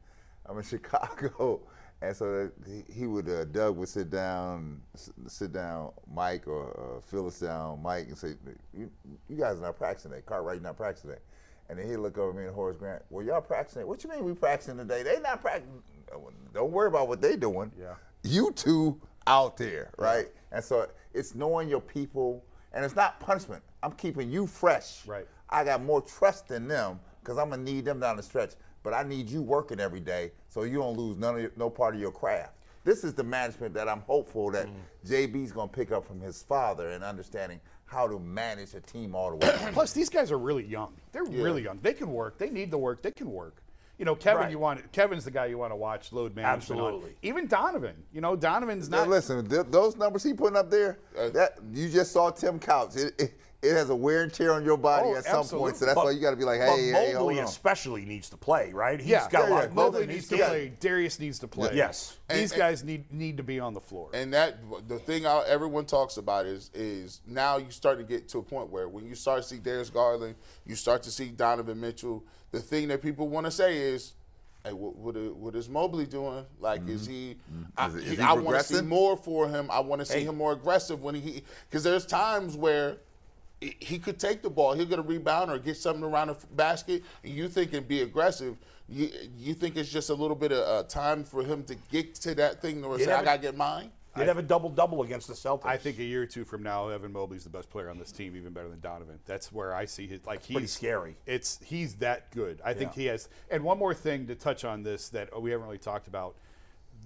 [SPEAKER 5] I'm in Chicago. And so he, he would, uh, Doug would sit down, s- sit down, Mike or uh, Phyllis down, Mike, and say, you, you guys are not practicing today. Cartwright not practicing today. And then he'd look over at me and Horace Grant, well, y'all practicing? What you mean we practicing today? They not practicing. Don't worry about what they doing
[SPEAKER 3] Yeah.
[SPEAKER 5] you two out there, right? And so it's knowing your people, and it's not punishment. I'm keeping you fresh.
[SPEAKER 3] Right.
[SPEAKER 5] I got more trust in them because I'm gonna need them down the stretch. But I need you working every day so you don't lose none of your, no part of your craft. This is the management that I'm hopeful that JB's gonna pick up from his father and understanding how to manage a team all the way.
[SPEAKER 3] Plus, these guys are really young. They're really young. They can work. They need the work. They can work. You know, Kevin,
[SPEAKER 1] Right.
[SPEAKER 3] you want Kevin's the guy you want to watch load management. on.
[SPEAKER 1] Absolutely.
[SPEAKER 3] Even Donovan. You know, Donovan's
[SPEAKER 5] Now
[SPEAKER 3] not. Uh,
[SPEAKER 5] listen, th- those numbers he putting up there, that you just saw Tim Couch. It, it, it has a wear and tear on your body
[SPEAKER 3] Oh,
[SPEAKER 5] at some
[SPEAKER 3] absolutely.
[SPEAKER 5] point, so that's why you got to be like,
[SPEAKER 1] but
[SPEAKER 5] hey, hey, hold
[SPEAKER 1] Mobley
[SPEAKER 5] on.
[SPEAKER 1] especially needs to play, right? He's
[SPEAKER 3] yeah,
[SPEAKER 1] got a lot
[SPEAKER 5] yeah,
[SPEAKER 1] of growth
[SPEAKER 3] Mobley
[SPEAKER 1] in his
[SPEAKER 3] needs to
[SPEAKER 1] game.
[SPEAKER 3] play. Darius needs to play.
[SPEAKER 1] Yes.
[SPEAKER 3] These
[SPEAKER 4] And-
[SPEAKER 3] guys need need to be on the floor.
[SPEAKER 4] and that the thing I, everyone talks about is is now you start to get to a point where when you start to see Darius Garland, you start to see Donovan Mitchell. The thing that people want to say is, "Hey, what what, i- what is Mobley doing? Like, is he? I,
[SPEAKER 5] Mm-hmm. Is it- is he
[SPEAKER 4] I want to see
[SPEAKER 5] regressing?
[SPEAKER 4] more for him. I want to see
[SPEAKER 1] Hey.
[SPEAKER 4] him more aggressive when he because there's times where." he- He could take the ball. He'll get a rebound or get something around the f- basket, and you think and be aggressive. You, you think it's just a little bit of uh, time for him to get to that thing where it's
[SPEAKER 1] Did
[SPEAKER 4] like, I
[SPEAKER 1] ever-
[SPEAKER 4] gotta get mine.
[SPEAKER 1] They'd have a double double against the Celtics.
[SPEAKER 3] I think a year or two from now, Evan Mobley's the best player on this team, even better than Donovan. That's where I see his like he's
[SPEAKER 1] pretty scary.
[SPEAKER 3] It's he's that good. I think he has. And one more thing to touch on this that we haven't really talked about: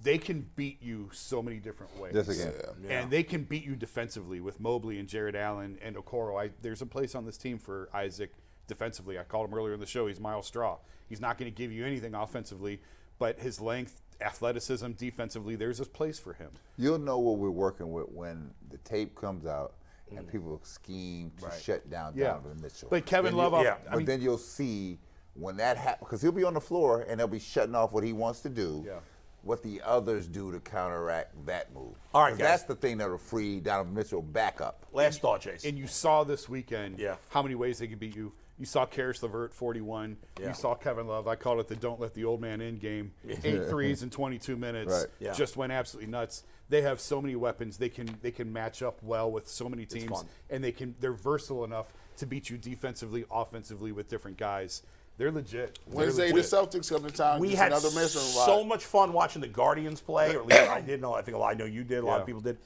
[SPEAKER 3] they can beat you so many different ways.
[SPEAKER 5] Yes, again.
[SPEAKER 3] And they can beat you defensively with Mobley and Jared Allen and Okoro. I, there's a place on this team for Isaac defensively. I called him earlier in the show. He's Miles Straw. He's not going to give you anything offensively, but his length, athleticism, defensively, there's a place for him.
[SPEAKER 5] You'll know what we're working with when the tape comes out and people scheme to shut down
[SPEAKER 3] Mm. Yeah.
[SPEAKER 5] Donovan Mitchell.
[SPEAKER 3] But Kevin
[SPEAKER 5] Then you-
[SPEAKER 3] Love, off-
[SPEAKER 1] yeah.
[SPEAKER 3] I
[SPEAKER 5] but
[SPEAKER 3] mean-
[SPEAKER 5] then you'll see when that happens because he'll be on the floor and they'll be shutting off what he wants to do.
[SPEAKER 3] Yeah.
[SPEAKER 5] What the others do to counteract that move.
[SPEAKER 1] All right,
[SPEAKER 5] 'Cause
[SPEAKER 1] guys.
[SPEAKER 5] that's the thing that'll free Donovan Mitchell back up.
[SPEAKER 1] Last thought, Jason.
[SPEAKER 3] And you saw this weekend
[SPEAKER 1] Yeah.
[SPEAKER 3] how many ways they could beat you. You saw Karis LeVert 41.
[SPEAKER 1] Yeah.
[SPEAKER 3] You saw Kevin Love. I called it the don't let the old man in game. Eight threes in 22 minutes.
[SPEAKER 5] Right.
[SPEAKER 1] Yeah.
[SPEAKER 3] Just went absolutely nuts. They have so many weapons. They can they can match up well with so many teams
[SPEAKER 1] fun.
[SPEAKER 3] and they can they're versatile enough to beat you defensively, offensively with different guys. They're legit. They're
[SPEAKER 4] Wednesday, the
[SPEAKER 3] legit.
[SPEAKER 4] Celtics come to town.
[SPEAKER 1] we
[SPEAKER 4] It's
[SPEAKER 1] had
[SPEAKER 4] another measuring
[SPEAKER 1] so
[SPEAKER 4] rod.
[SPEAKER 1] much fun watching the Guardians play, or at least I did. know. I think a lot. I know you did. A lot
[SPEAKER 3] Yeah.
[SPEAKER 1] of people did.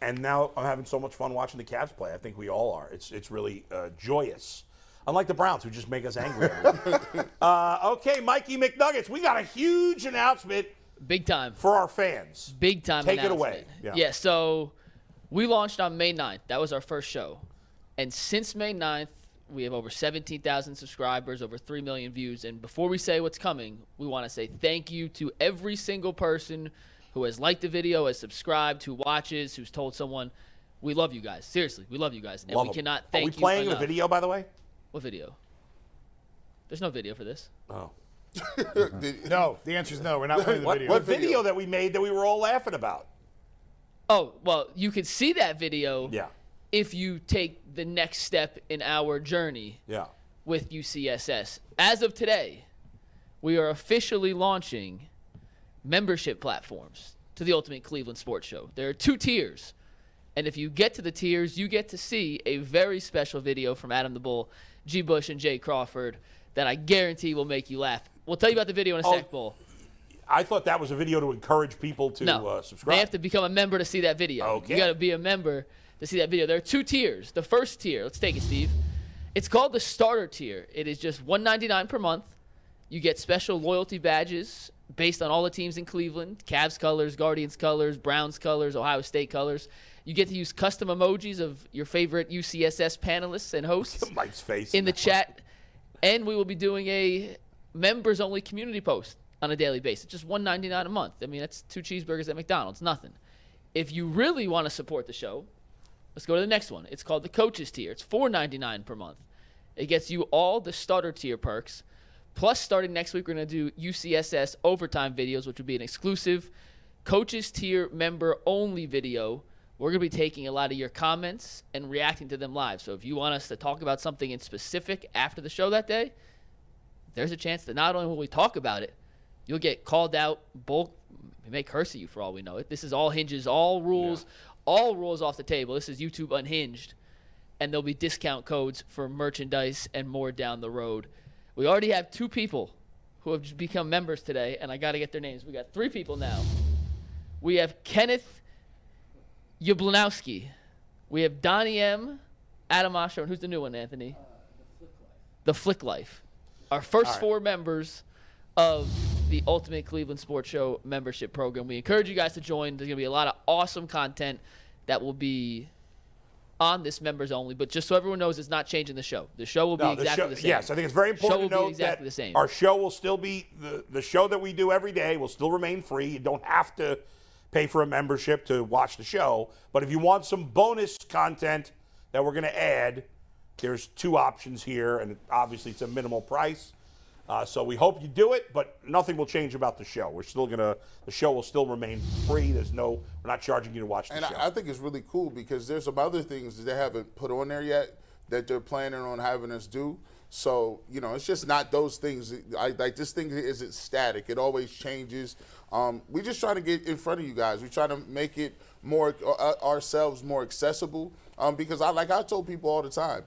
[SPEAKER 1] And now I'm having so much fun watching the Cavs play. I think we all are. It's it's really uh, joyous. Unlike the Browns, who just make us angry. every week. uh, okay, Mikey McNuggets, we got a huge announcement
[SPEAKER 2] Big time.
[SPEAKER 1] for our fans.
[SPEAKER 2] Big time.
[SPEAKER 1] Take it
[SPEAKER 2] announcement.
[SPEAKER 1] away.
[SPEAKER 3] Yeah.
[SPEAKER 2] Yeah. So we launched on May 9th. That was our first show. And since May 9th, we have over 17,000 subscribers, over 3 million views. And before we say what's coming, we want to say thank you to every single person who has liked the video, has subscribed, who watches, who's told someone. We love you guys. Seriously, we love you guys. And
[SPEAKER 1] Love
[SPEAKER 2] we
[SPEAKER 1] 'em.
[SPEAKER 2] cannot
[SPEAKER 1] Are
[SPEAKER 2] thank
[SPEAKER 1] we
[SPEAKER 2] you
[SPEAKER 1] playing
[SPEAKER 2] enough.
[SPEAKER 1] a video, by the way?
[SPEAKER 2] What video? There's no video for this.
[SPEAKER 1] Oh.
[SPEAKER 3] No, the answer is no. We're not playing the
[SPEAKER 1] What,
[SPEAKER 3] video.
[SPEAKER 1] what video? that we made that we were all laughing about?
[SPEAKER 2] Oh, well, you could see that video
[SPEAKER 1] Yeah.
[SPEAKER 2] if you take the next step in our journey
[SPEAKER 1] Yeah.
[SPEAKER 2] with UCSS. As of today, we are officially launching membership platforms to the Ultimate Cleveland Sports Show. There are two tiers. And if you get to the tiers, you get to see a very special video from Adam the Bull, G. Bush, and Jay Crawford that I guarantee will make you laugh. We'll tell you about the video in a sec, Bull.
[SPEAKER 1] I thought that was a video to encourage people to uh, subscribe.
[SPEAKER 2] They have to become a member to see that video.
[SPEAKER 1] Okay.
[SPEAKER 2] You got to be a member to see that video. There are two tiers. The first tier, let's take it, Steve. It's called the starter tier. It is just $1.99 per month. You get special loyalty badges based on all the teams in Cleveland Cavs colors, Guardians colors, Browns colors, Ohio State colors. You get to use custom emojis of your favorite UCSS panelists and hosts
[SPEAKER 1] Mike's face
[SPEAKER 2] in the chat, and we will be doing a members only community post on a daily basis. Just one ninety nine a month. I mean, that's two cheeseburgers at McDonald's. Nothing. If you really want to support the show, let's go to the next one. It's called the coaches tier. It's four ninety nine per month. It gets you all the starter tier perks. Plus, starting next week, we're going to do UCSS overtime videos, which will be an exclusive coaches tier member only video. We're going to be taking a lot of your comments and reacting to them live. So, if you want us to talk about something in specific after the show that day, there's a chance that not only will we talk about it, you'll get called out. Bull we may curse at you for all we know. This is all hinges, all rules, all rules off the table. This is YouTube Unhinged, and there'll be discount codes for merchandise and more down the road. We already have two people who have just become members today, and I got to get their names. We got three people now. We have Kenneth Yablanowski. We have Donnie M, Adam Osher, and who's the new one, Anthony?
[SPEAKER 1] Uh,
[SPEAKER 2] the Flick Life. Our first four members of the Ultimate Cleveland Sports Show membership program. We encourage you guys to join. There's going to be a lot of awesome content that will be on this members only. But just so everyone knows, it's not changing the show. The show will be
[SPEAKER 1] No, the
[SPEAKER 2] exactly
[SPEAKER 1] show,
[SPEAKER 2] the same.
[SPEAKER 1] Yes, I think it's very important
[SPEAKER 2] Show
[SPEAKER 1] to
[SPEAKER 2] will
[SPEAKER 1] note
[SPEAKER 2] be
[SPEAKER 1] that
[SPEAKER 2] exactly the same.
[SPEAKER 1] our show will still be the, the show that we do every day will still remain free. You don't have to pay for a membership to watch the show, but if you want some bonus content that we're going to add, there's two options here, and obviously it's a minimal price. Uh, so we hope you do it, but nothing will change about the show. We're still gonna the show will still remain free. There's no we're not charging you to watch the
[SPEAKER 4] And
[SPEAKER 1] show.
[SPEAKER 4] I, I think it's really cool because there's some other things that they haven't put on there yet that they're planning on having us do. So you know, it's just not those things. I, like this thing isn't static; it always changes. Um, we just trying to get in front of you guys. We trying to make it more uh, ourselves more accessible. Um, because I like I told people all the time,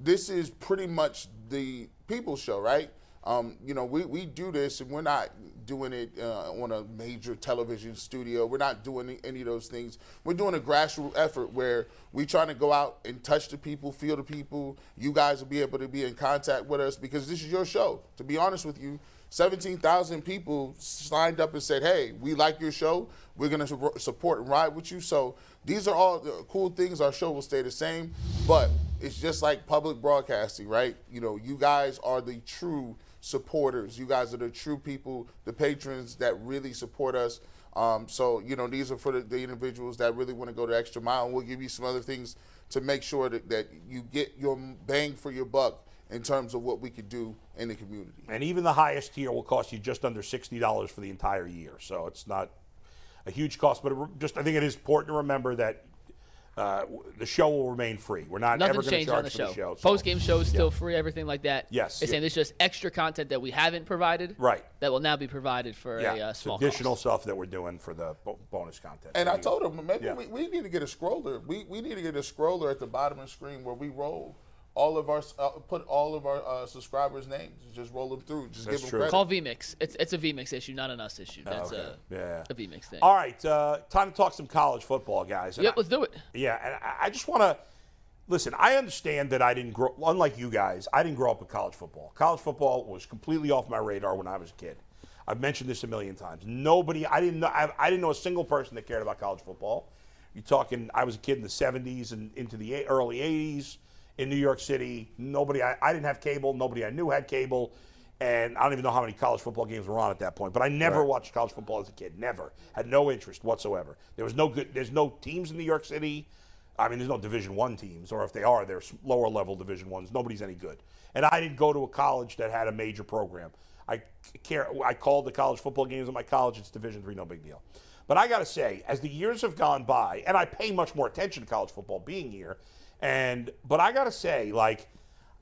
[SPEAKER 4] this is pretty much the people show, right? Um, you know, we, we do this and we're not doing it uh, on a major television studio. We're not doing any of those things. We're doing a grassroots effort where we're trying to go out and touch the people, feel the people. You guys will be able to be in contact with us because this is your show. To be honest with you, 17,000 people signed up and said, hey, we like your show. We're going to support and ride with you. So these are all the cool things. Our show will stay the same, but it's just like public broadcasting, right? You know, you guys are the true supporters. You guys are the true people, the patrons that really support us. Um, so, you know, these are for the, the individuals that really want to go the extra mile. And we'll give you some other things to make sure that, that you get your bang for your buck in terms of what we could do in the community.
[SPEAKER 1] and even the highest tier will cost you just under sixty dollars for the entire year. So it's not a huge cost, but it re- just I think it is important to remember that uh, uh, w- the show will remain free. We're not ever going to
[SPEAKER 2] Nothing's changed on
[SPEAKER 1] charge
[SPEAKER 2] the
[SPEAKER 1] for
[SPEAKER 2] show.
[SPEAKER 1] the show. so-
[SPEAKER 2] Post game show is still free, everything like that.
[SPEAKER 1] Yes.
[SPEAKER 2] It's saying it's just extra content that we haven't provided.
[SPEAKER 1] Right.
[SPEAKER 2] That will now be provided for
[SPEAKER 1] yeah,
[SPEAKER 2] a uh,
[SPEAKER 1] it's
[SPEAKER 2] small
[SPEAKER 1] additional
[SPEAKER 2] cost.
[SPEAKER 1] stuff that we're doing for the bo- bonus content.
[SPEAKER 4] And I
[SPEAKER 1] We-
[SPEAKER 4] told him maybe
[SPEAKER 1] Yeah.
[SPEAKER 4] we, we need to get a scroller. We we need to get a scroller at the bottom of the screen where we roll all of our uh, put all of our uh, subscribers' names. Just roll them through. Just
[SPEAKER 1] That's
[SPEAKER 4] give them
[SPEAKER 1] true.
[SPEAKER 4] credit.
[SPEAKER 2] Call VMix. It's it's a VMix issue, not an us issue. That's a
[SPEAKER 1] Yeah.
[SPEAKER 2] a VMix thing.
[SPEAKER 1] All right, uh, time to talk some college football, guys. And
[SPEAKER 2] Yep,
[SPEAKER 1] I-
[SPEAKER 2] let's do it.
[SPEAKER 1] Yeah, and I, I just want to listen. I understand that I didn't grow, unlike you guys, I didn't grow up with college football. College football was completely off my radar when I was a kid. I've mentioned this a million times. Nobody, I didn't know, I, I didn't know a single person that cared about college football. You're talking, I was a kid in the '70s and into the eight- early '80s in New York City. Nobody, I, I didn't have cable. Nobody I knew had cable. And I don't even know how many college football games were on at that point. But I never watched college football as a kid. Never had no interest whatsoever. There was no good. There's no teams in New York City. I mean, there's no Division One teams, or if they are, they're s- lower level Division Ones. Nobody's any good. And I didn't go to a college that had a major program. I c- care. I called the college football games at my college. It's Division Three, no big deal. But I got to say, as the years have gone by, and I pay much more attention to college football being here, and but I got to say, like.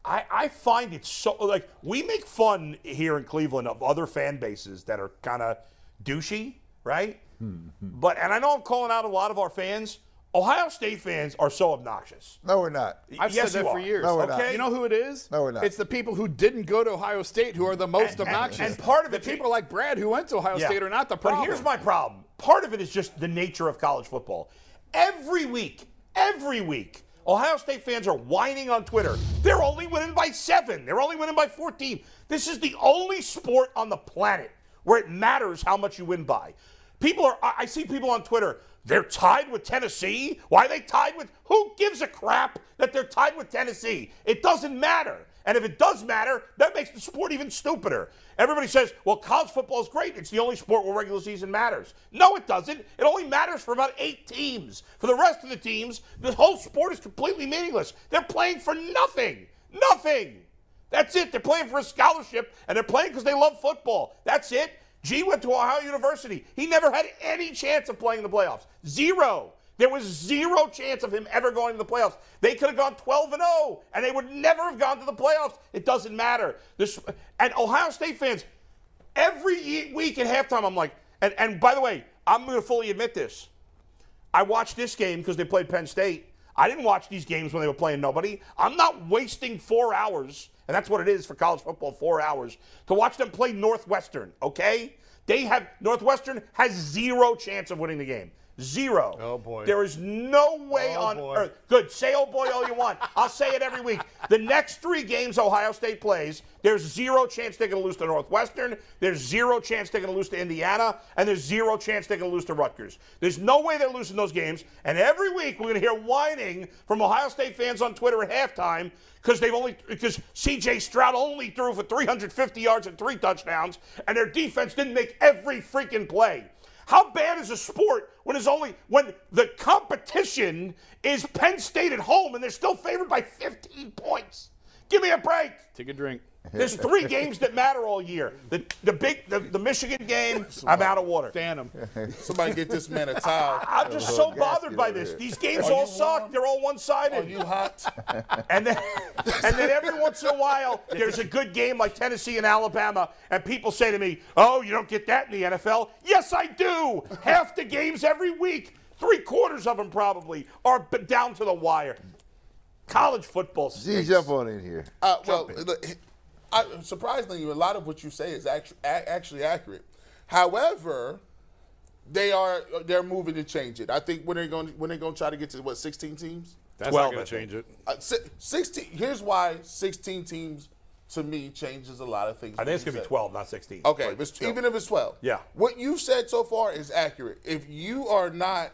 [SPEAKER 1] I, I find it so like we make fun here in Cleveland of other fan bases that are kind of douchey, right? But and I know I'm calling out a lot of our fans. Ohio State fans are so obnoxious.
[SPEAKER 5] No, we're not.
[SPEAKER 3] I've
[SPEAKER 1] yes,
[SPEAKER 3] said
[SPEAKER 1] you
[SPEAKER 3] that for
[SPEAKER 1] are.
[SPEAKER 3] years.
[SPEAKER 5] No, we're not.
[SPEAKER 1] okay,
[SPEAKER 3] You know who it is?
[SPEAKER 5] No, we're not.
[SPEAKER 3] It's the people who didn't go to Ohio State who are the most
[SPEAKER 1] and-
[SPEAKER 3] obnoxious.
[SPEAKER 1] and part of
[SPEAKER 3] the
[SPEAKER 1] it-
[SPEAKER 3] people like Brad who went to Ohio State are not the problem.
[SPEAKER 1] But here's my problem. Part of it is just the nature of college football. Every week, every week, Ohio State fans are whining on Twitter. They're only winning by seven. They're only winning by 14. This is the only sport on the planet where it matters how much you win by. People are, I I see people on Twitter, they're tied with Tennessee. Why are they tied with? Who gives a crap that they're tied with Tennessee? It doesn't matter. And if it does matter, that makes the sport even stupider. Everybody says, well, college football is great. It's the only sport where regular season matters. No, it doesn't. It only matters for about eight teams. For the rest of the teams, the whole sport is completely meaningless. They're playing for nothing. Nothing. That's it. They're playing for a scholarship, and they're playing because they love football. That's it. G went to Ohio University. He never had any chance of playing in the playoffs. Zero. There was zero chance of him ever going to the playoffs. They could have gone 12 and 0, and they would never have gone to the playoffs. It doesn't matter. This and Ohio State fans, every ye- week at halftime, I'm like, and, and by the way, I'm going to fully admit this. I watched this game because they played Penn State. I didn't watch these games when they were playing nobody. I'm not wasting four hours, and that's what it is for college football four hours, to watch them play Northwestern, okay? They have, Northwestern has zero chance of winning the game. Zero.
[SPEAKER 6] Oh, boy.
[SPEAKER 1] There is no way
[SPEAKER 6] Oh,
[SPEAKER 1] on
[SPEAKER 6] boy.
[SPEAKER 1] earth. Good. Say oh boy all you want. I'll say it every week. The next three games Ohio State plays, there's zero chance they're going to lose to Northwestern. There's zero chance they're going to lose to Indiana, and there's zero chance they're going to lose to Rutgers. There's no way they're losing those games. And every week we're going to hear whining from Ohio State fans on Twitter at halftime because they've only because C.J. Stroud only threw for 350 yards and three touchdowns, and their defense didn't make every freaking play. How bad is a sport when it's only when the competition is Penn State at home and they're still favored by 15 points? Give me a break.
[SPEAKER 3] Take a drink.
[SPEAKER 1] There's three games that matter all year. The the big the, the Michigan game. I'm out of water.
[SPEAKER 3] Phantom.
[SPEAKER 4] Somebody get this man a towel.
[SPEAKER 1] I'm just so
[SPEAKER 5] gasket
[SPEAKER 1] bothered by
[SPEAKER 5] over
[SPEAKER 1] this.
[SPEAKER 5] here.
[SPEAKER 1] These games all suck. They're all
[SPEAKER 4] Are
[SPEAKER 1] one-sided.
[SPEAKER 4] you hot?
[SPEAKER 1] And then, and then every once in a while, there's a good game like Tennessee and Alabama, and people say to me, "Oh, you don't get that in the NFL." Yes, I do. Half the games every week, three quarters of them probably are b- down to the wire. College football.
[SPEAKER 5] G,
[SPEAKER 1] stinks.
[SPEAKER 5] jump on in here.
[SPEAKER 4] Uh, well, look, I, surprisingly, a lot of what you say is actu- a- actually accurate. However, they are uh, they're moving to change it. I think when they're going when they're going to try to get to what 16 teams.
[SPEAKER 3] That's
[SPEAKER 1] Twelve,
[SPEAKER 3] not
[SPEAKER 1] I
[SPEAKER 3] going to
[SPEAKER 1] think.
[SPEAKER 3] change it.
[SPEAKER 4] Uh, si- 16. Here's why 16 teams to me changes a lot of things.
[SPEAKER 1] I think it's gonna be 12, not 16.
[SPEAKER 4] Okay,
[SPEAKER 1] But
[SPEAKER 4] if it's-
[SPEAKER 1] still.
[SPEAKER 4] even if it's 12.
[SPEAKER 1] Yeah.
[SPEAKER 4] What you've said so far is accurate. If you are not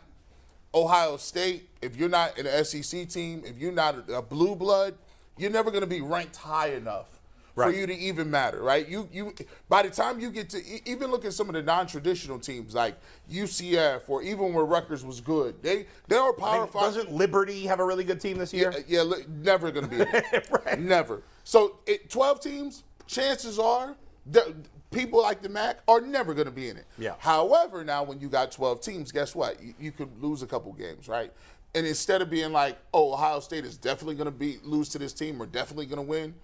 [SPEAKER 4] Ohio State, if you're not an SEC team, if you're not a, a blue blood, you're never going to be ranked high enough
[SPEAKER 1] Right.
[SPEAKER 4] for you to even matter, right? You you by the time you get to e- even look at some of the non-traditional teams like UCF or even where Rutgers was good, they they are
[SPEAKER 1] I
[SPEAKER 4] power
[SPEAKER 1] mean,
[SPEAKER 4] five.
[SPEAKER 1] doesn't Liberty have a really good team this year?
[SPEAKER 4] Yeah, yeah look, never going to be. in it. Never. So it, 12 teams, chances are the, people like the MAC are never going to be in it.
[SPEAKER 1] Yeah.
[SPEAKER 4] However, now when you got 12 teams, guess what? You, you could lose a couple games, right? And instead of being like, "Oh, Ohio State is definitely going to be lose to this team or definitely going to win,"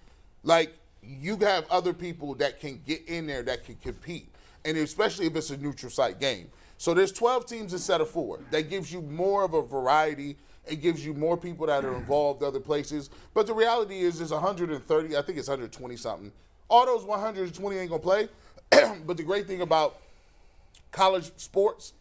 [SPEAKER 4] like you have other people that can get in there that can compete, and especially if it's a neutral site game. So there's 12 teams instead of four. That gives you more of a variety. It gives you more people that are involved other places. But the reality is, there's 130. I think it's 120 something. All those 120 ain't gonna play. but the great thing about college sports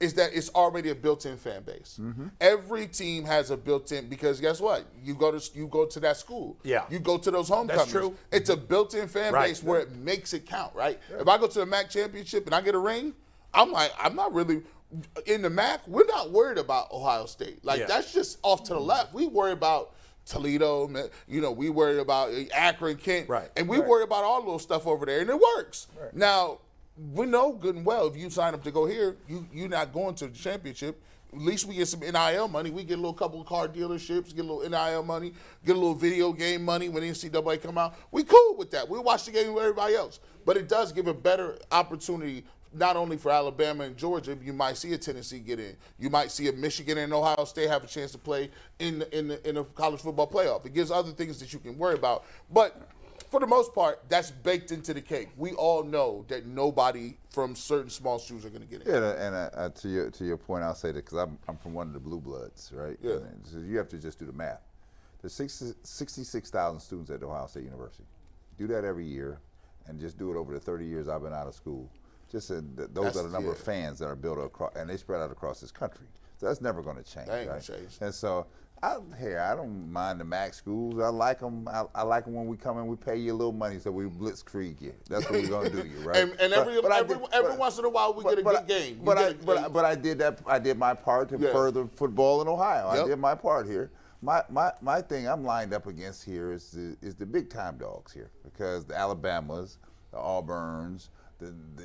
[SPEAKER 4] is that it's already a built-in fan base.
[SPEAKER 1] Mm-hmm.
[SPEAKER 4] Every team has a built-in because guess what? You go to you go to that school.
[SPEAKER 1] Yeah.
[SPEAKER 4] You go to those homecomings.
[SPEAKER 1] true.
[SPEAKER 4] It's a built-in fan
[SPEAKER 1] Right.
[SPEAKER 4] base where it makes it count, right? If I go to a MAC championship and I get a ring, I'm like, I'm not really in the MAC. We're not worried about Ohio State. Like
[SPEAKER 1] Yeah.
[SPEAKER 4] that's just off to the left. We worry about. Toledo, ma- you know, we worry about eh, Akron, Kent,
[SPEAKER 1] Right.
[SPEAKER 4] and we worry about all little stuff over there, and it works. Now we know good and well if you sign up to go here, you you're not going to the championship. At least we get some NIL money. We get a little couple of car dealerships, get a little NIL money, get a little video game money when NCAA come out. We cool with that. We watch the game with everybody else, but it does give a better opportunity. Not only for Alabama and Georgia, you might see a Tennessee get in. You might see a Michigan and Ohio State have a chance to play in the, in the, in the college football playoff. It gives other things that you can worry about. But for the most part, that's baked into the cake. We all know that nobody from certain small schools are going to get in.
[SPEAKER 5] Yeah, and, uh, and uh, uh, to your to your point, I'll say that because I'm, I'm from one of the blue bloods, right?
[SPEAKER 4] Yeah.
[SPEAKER 5] And so you have to just do the math. There's 60 66,000 students at Ohio State University. Do that every year, and just do it over the 30 years I've been out of school. Just uh, th- those
[SPEAKER 4] That's-
[SPEAKER 5] are the number of
[SPEAKER 4] yeah.
[SPEAKER 5] fans that are built across, and they spread out across this country. So that's never going to change,
[SPEAKER 4] That ain't gonna
[SPEAKER 5] right?
[SPEAKER 4] change.
[SPEAKER 5] And so, I, hey, I don't mind the MAC schools. I like them. I, I like them when we come and we pay you a little money, so we blitzkrieg you. That's what we're going to do you, right?
[SPEAKER 4] And, and
[SPEAKER 5] But-
[SPEAKER 4] every,
[SPEAKER 5] but I
[SPEAKER 4] every,
[SPEAKER 5] did-
[SPEAKER 4] every
[SPEAKER 5] but-
[SPEAKER 4] once in a while, we get a
[SPEAKER 5] but
[SPEAKER 4] good
[SPEAKER 5] I,
[SPEAKER 4] game. We
[SPEAKER 5] But I,
[SPEAKER 4] get a-
[SPEAKER 5] but, I, but I did that. I did my part to
[SPEAKER 4] Yeah.
[SPEAKER 5] further football in Ohio.
[SPEAKER 4] Yep.
[SPEAKER 5] I did my part here. My, my my thing I'm lined up against here is the, is the big time dogs here because the Alabamas, the Auburns, the the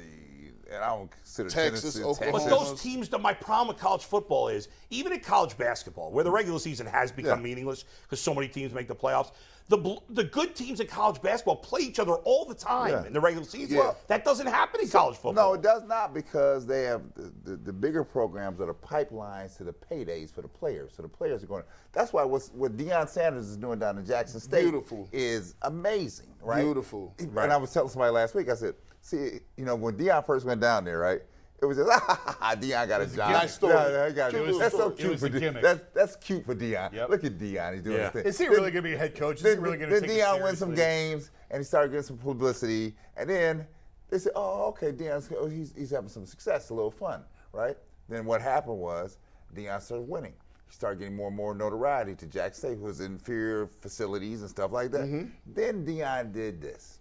[SPEAKER 5] and I don't consider
[SPEAKER 4] Texas,
[SPEAKER 5] Tennessee,
[SPEAKER 4] Oklahoma.
[SPEAKER 1] But
[SPEAKER 5] Texas.
[SPEAKER 1] those teams, that my problem with college football is, even in college basketball, where the regular season has become
[SPEAKER 5] Yeah.
[SPEAKER 1] meaningless because so many teams make the playoffs, the bl- the good teams in college basketball play each other all the time
[SPEAKER 5] Yeah.
[SPEAKER 1] in the regular season.
[SPEAKER 4] Yeah.
[SPEAKER 1] That doesn't happen in college football.
[SPEAKER 5] No, it does not because they have the, the, the bigger programs are the pipelines to the paydays for the players. So the players are going. That's why what's, what Deion Sanders is doing down in Jackson State
[SPEAKER 4] Beautiful.
[SPEAKER 5] is amazing, right?
[SPEAKER 4] Beautiful.
[SPEAKER 5] And I was telling somebody last week, I said, see, you know, when Deion first went down there, right? It was just, ah, ha, ha, ha, Deion got a job.
[SPEAKER 4] Nice story.
[SPEAKER 5] Yeah, yeah, he got a job.
[SPEAKER 4] Cute little
[SPEAKER 5] That's so
[SPEAKER 4] story. It
[SPEAKER 5] cute
[SPEAKER 3] was
[SPEAKER 5] for
[SPEAKER 3] a
[SPEAKER 5] Deion.
[SPEAKER 3] gimmick.
[SPEAKER 5] That's, that's cute for Deion.
[SPEAKER 3] Yep.
[SPEAKER 5] Look at Deion. He's doing
[SPEAKER 1] Yeah.
[SPEAKER 5] his thing.
[SPEAKER 3] Is he really going to be a head coach? Is he
[SPEAKER 5] Then,
[SPEAKER 3] really going to
[SPEAKER 5] then
[SPEAKER 3] take
[SPEAKER 5] Deion
[SPEAKER 3] it
[SPEAKER 5] won
[SPEAKER 3] seriously?
[SPEAKER 5] some games and he started getting some publicity. And then they said, oh, okay, Deion's oh, he's, he's having some success, a little fun, right? Then what happened was Deion started winning. He started getting more and more notoriety to Jack State, who was in inferior facilities and stuff like that.
[SPEAKER 3] Mm-hmm.
[SPEAKER 5] Then Deion did this.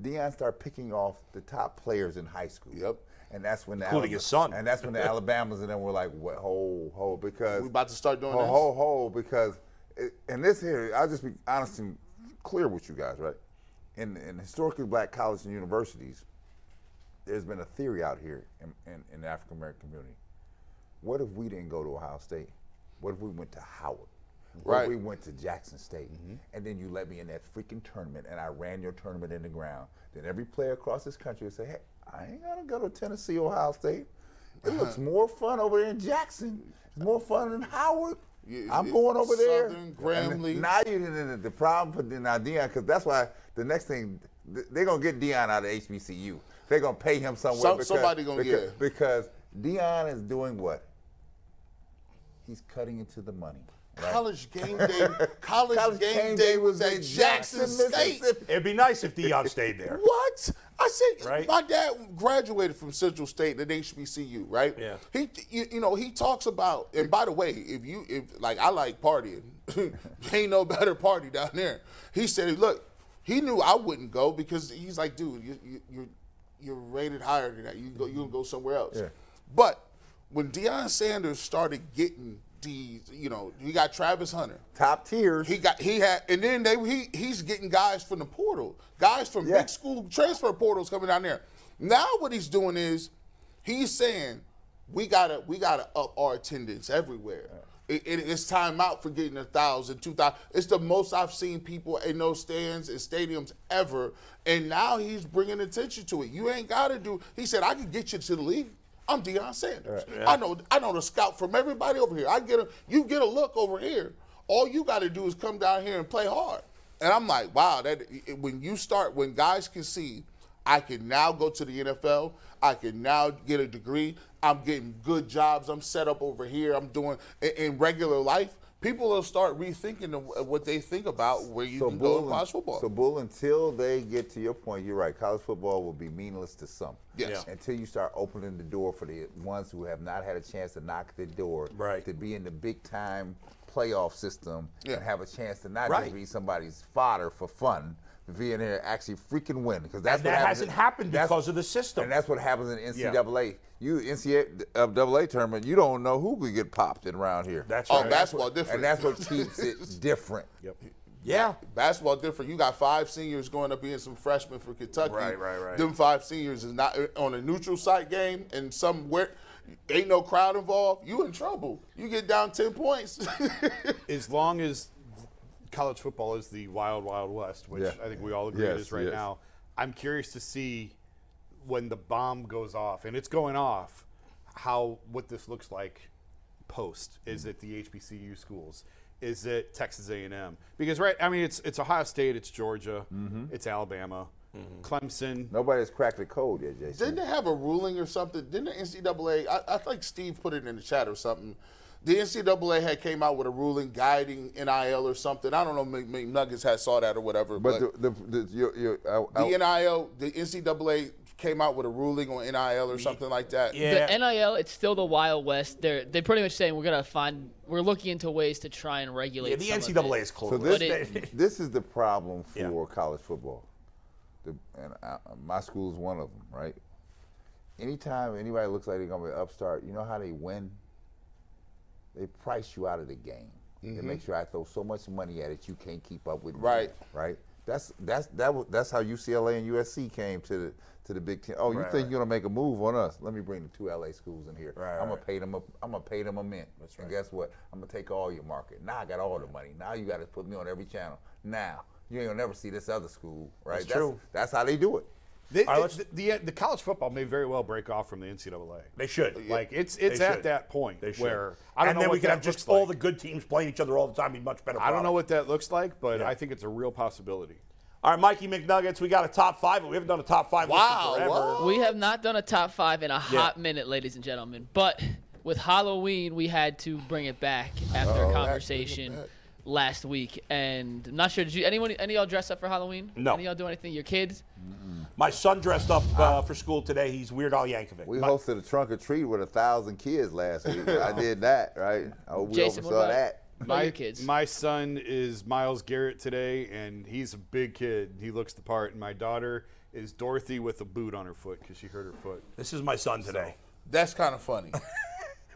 [SPEAKER 5] Deion started picking off the top players in high school.
[SPEAKER 4] Yep.
[SPEAKER 5] And that's when the
[SPEAKER 1] Including
[SPEAKER 5] Alabama-
[SPEAKER 1] his son.
[SPEAKER 5] And that's when the Alabamas and them were like, what, ho, ho, because
[SPEAKER 4] we about to start doing
[SPEAKER 5] Ho,
[SPEAKER 4] this.
[SPEAKER 5] ho, ho, because it, and this here, I'll just be honest and clear with you guys, right? In, in historically black colleges and universities, there's been a theory out here in, in, in the African American community. What if we didn't go to Ohio State? What if we went to Howard? What
[SPEAKER 4] Right. Mm-hmm.
[SPEAKER 5] if we went to Jackson State? And then you let me in that freaking tournament and I ran your tournament in the ground. Then every player across this country would say, hey, I ain't gonna go to Tennessee, Ohio State. It
[SPEAKER 4] Uh-huh.
[SPEAKER 5] looks more fun over there in Jackson. It's more fun in Howard.
[SPEAKER 4] Yeah,
[SPEAKER 5] I'm
[SPEAKER 4] it-
[SPEAKER 5] going over there.
[SPEAKER 4] Southern,
[SPEAKER 5] And
[SPEAKER 4] Grambling.
[SPEAKER 5] Now you the, the problem for the- now Dion, because that's why the next thing th- they're gonna get Dion out of HBCU. They're gonna pay him somewhere.
[SPEAKER 4] Some-
[SPEAKER 5] because,
[SPEAKER 4] somebody gonna
[SPEAKER 5] because,
[SPEAKER 4] get it.
[SPEAKER 5] because Dion is doing what? He's cutting into the money. right?
[SPEAKER 4] College game day. College, game, day was at Jackson, State.
[SPEAKER 1] It'd be nice if Dion stayed there.
[SPEAKER 4] What? I said
[SPEAKER 1] Right?
[SPEAKER 4] my dad graduated from Central State at HBCU, right?
[SPEAKER 1] Yeah.
[SPEAKER 4] He you, you know, he talks about and by the way, if you if like I like partying. ain't no better party down there. He said, "Look, he knew I wouldn't go because he's like, dude, you you you're, you're rated higher than that. You go you can go somewhere else."
[SPEAKER 5] Yeah.
[SPEAKER 4] But when Deion Sanders started getting these, you know, you got Travis Hunter.
[SPEAKER 5] Top tiers.
[SPEAKER 4] He got he had, and then they he he's getting guys from the portal, guys from
[SPEAKER 5] Yeah.
[SPEAKER 4] big school transfer portals coming down there. Now what he's doing is he's saying we gotta we gotta up our attendance everywhere. It, it- it's time out for getting a thousand, two thousand. It's the most I've seen people in those stands and stadiums ever. And now he's bringing attention to it. You ain't gotta do. He said I can get you to the league. I'm Deion Sanders. I know I know the scout from everybody over here. I get a you get a look over here. All you got to do is come down here and play hard. And I'm like, wow, that when you start when guys can see I can now go to the NFL. I can now get a degree. I'm getting good jobs. I'm set up over here. I'm doing in, in regular life. People will start rethinking of what they think about where you can go in college football.
[SPEAKER 5] So Bull, until they get to your point, you're right. College football will be meaningless to some.
[SPEAKER 4] Yes. Yeah.
[SPEAKER 5] Until you start opening the door for the ones who have not had a chance to knock the door
[SPEAKER 1] Right.
[SPEAKER 5] to be in the big time playoff system
[SPEAKER 4] Yeah.
[SPEAKER 5] and have a chance to not
[SPEAKER 1] Right.
[SPEAKER 5] just be somebody's fodder for fun, but be in there and actually freaking win because that's
[SPEAKER 1] And
[SPEAKER 5] what
[SPEAKER 1] that
[SPEAKER 5] happens
[SPEAKER 1] hasn't
[SPEAKER 5] in-
[SPEAKER 1] happened
[SPEAKER 5] that's-
[SPEAKER 1] because of the system.
[SPEAKER 5] And that's what happens in NCAA. You NCAA tournament, you don't know who could get popped in around here.
[SPEAKER 1] That's
[SPEAKER 4] Oh,
[SPEAKER 1] right.
[SPEAKER 4] basketball different.
[SPEAKER 5] and that's what keeps it different.
[SPEAKER 1] yeah.
[SPEAKER 4] basketball different. You got five seniors going up being some freshmen for Kentucky.
[SPEAKER 1] Right, right, right.
[SPEAKER 4] Them five seniors is not on a neutral site game and somewhere ain't no crowd involved. You in trouble. You get down ten points.
[SPEAKER 3] as long as college football is the wild, wild west, which
[SPEAKER 5] Yeah.
[SPEAKER 3] I think we all agree
[SPEAKER 5] Yes,
[SPEAKER 3] it is right
[SPEAKER 5] yes.
[SPEAKER 3] now, I'm curious to see when the bomb goes off, and it's going off, how what this looks like post. Is it the HBCU schools? Is it Texas A&M? Because right, I mean, it's it's Ohio State, it's Georgia,
[SPEAKER 5] Mm-hmm.
[SPEAKER 3] it's Alabama,
[SPEAKER 1] Mm-hmm.
[SPEAKER 3] Clemson.
[SPEAKER 5] Nobody's cracked the code yet, Jason.
[SPEAKER 4] Didn't they have a ruling or something? Didn't the NCAA? I, I think Steve put it in the chat or something. The NCAA had came out with a ruling guiding NIL or something. I don't know. Maybe maybe Nuggets had saw that or whatever. But,
[SPEAKER 5] But the, the, the your, your, I, I,
[SPEAKER 4] the NIL, the NCAA came out with a ruling on NIL or something like that.
[SPEAKER 1] Yeah.
[SPEAKER 2] The NIL, it's still the Wild West. They're they're pretty much saying we're gonna find we're looking into ways to try and regulate.
[SPEAKER 1] Yeah, the
[SPEAKER 2] some of it.
[SPEAKER 1] NCAA is
[SPEAKER 5] so
[SPEAKER 1] close.
[SPEAKER 5] this
[SPEAKER 2] it-
[SPEAKER 5] this is the problem for
[SPEAKER 1] Yeah.
[SPEAKER 5] college football. The, and I, my school is one of them, right? Anytime anybody looks like they're gonna be an upstart, you know how they win? They price you out of the game.
[SPEAKER 1] Mm-hmm.
[SPEAKER 5] They make sure I throw so much money at it you can't keep up with me,
[SPEAKER 4] Right.
[SPEAKER 5] Right. That's that's that was, that's how UCLA and USC came to the to the Big Ten. Oh, you
[SPEAKER 1] Right,
[SPEAKER 5] think
[SPEAKER 1] right.
[SPEAKER 5] you're gonna make a move on us? Let me bring the two LA schools in here.
[SPEAKER 1] Right,
[SPEAKER 5] I'm gonna
[SPEAKER 1] right.
[SPEAKER 5] pay them a I'm gonna pay them a mint. And guess what? I'm gonna take all your market. Now I got all the money. Now you gotta put me on every channel. Now you ain't gonna never see this other school, right?
[SPEAKER 1] That's true.
[SPEAKER 5] That's how they do it.
[SPEAKER 3] They-
[SPEAKER 1] All right, let's-
[SPEAKER 3] the, the, the college football may very well break off from the NCAA.
[SPEAKER 1] They should.
[SPEAKER 3] Like it's it's
[SPEAKER 1] They
[SPEAKER 3] at
[SPEAKER 1] should.
[SPEAKER 3] that point
[SPEAKER 1] They should.
[SPEAKER 3] where I don't
[SPEAKER 1] and
[SPEAKER 3] know
[SPEAKER 1] then
[SPEAKER 3] what
[SPEAKER 1] we could
[SPEAKER 3] that
[SPEAKER 1] have just
[SPEAKER 3] looks like.
[SPEAKER 1] all the good teams playing each other all the time. Be much better.
[SPEAKER 3] I don't
[SPEAKER 1] product.
[SPEAKER 3] know what that looks like, but
[SPEAKER 1] Yeah.
[SPEAKER 3] I think it's a real possibility.
[SPEAKER 1] All right, Mikey McNuggets, we got a top five. We haven't done a top five list
[SPEAKER 4] Wow,
[SPEAKER 1] in forever.
[SPEAKER 4] what?
[SPEAKER 2] We have not done a top five in a hot minute, ladies and gentlemen. But with Halloween, we had to bring it back after a conversation last week. And I'm not sure. Did you anyone any of y'all dress up for Halloween?
[SPEAKER 1] No.
[SPEAKER 2] Any of y'all do anything? Your kids?
[SPEAKER 1] My son dressed up uh, for school today. He's Weird Al Yankovic.
[SPEAKER 5] We
[SPEAKER 1] My-
[SPEAKER 5] hosted a trunk or treat with a thousand kids last week. I did that, right? I hope we
[SPEAKER 2] Jason, what
[SPEAKER 5] oversaw
[SPEAKER 2] about
[SPEAKER 5] that.
[SPEAKER 2] what about your kids?
[SPEAKER 3] My son is Miles Garrett today, and he's a big kid. He looks the part. And my daughter is Dorothy with a boot on her foot because she hurt her foot.
[SPEAKER 1] this is my son today.
[SPEAKER 4] That's kind of funny.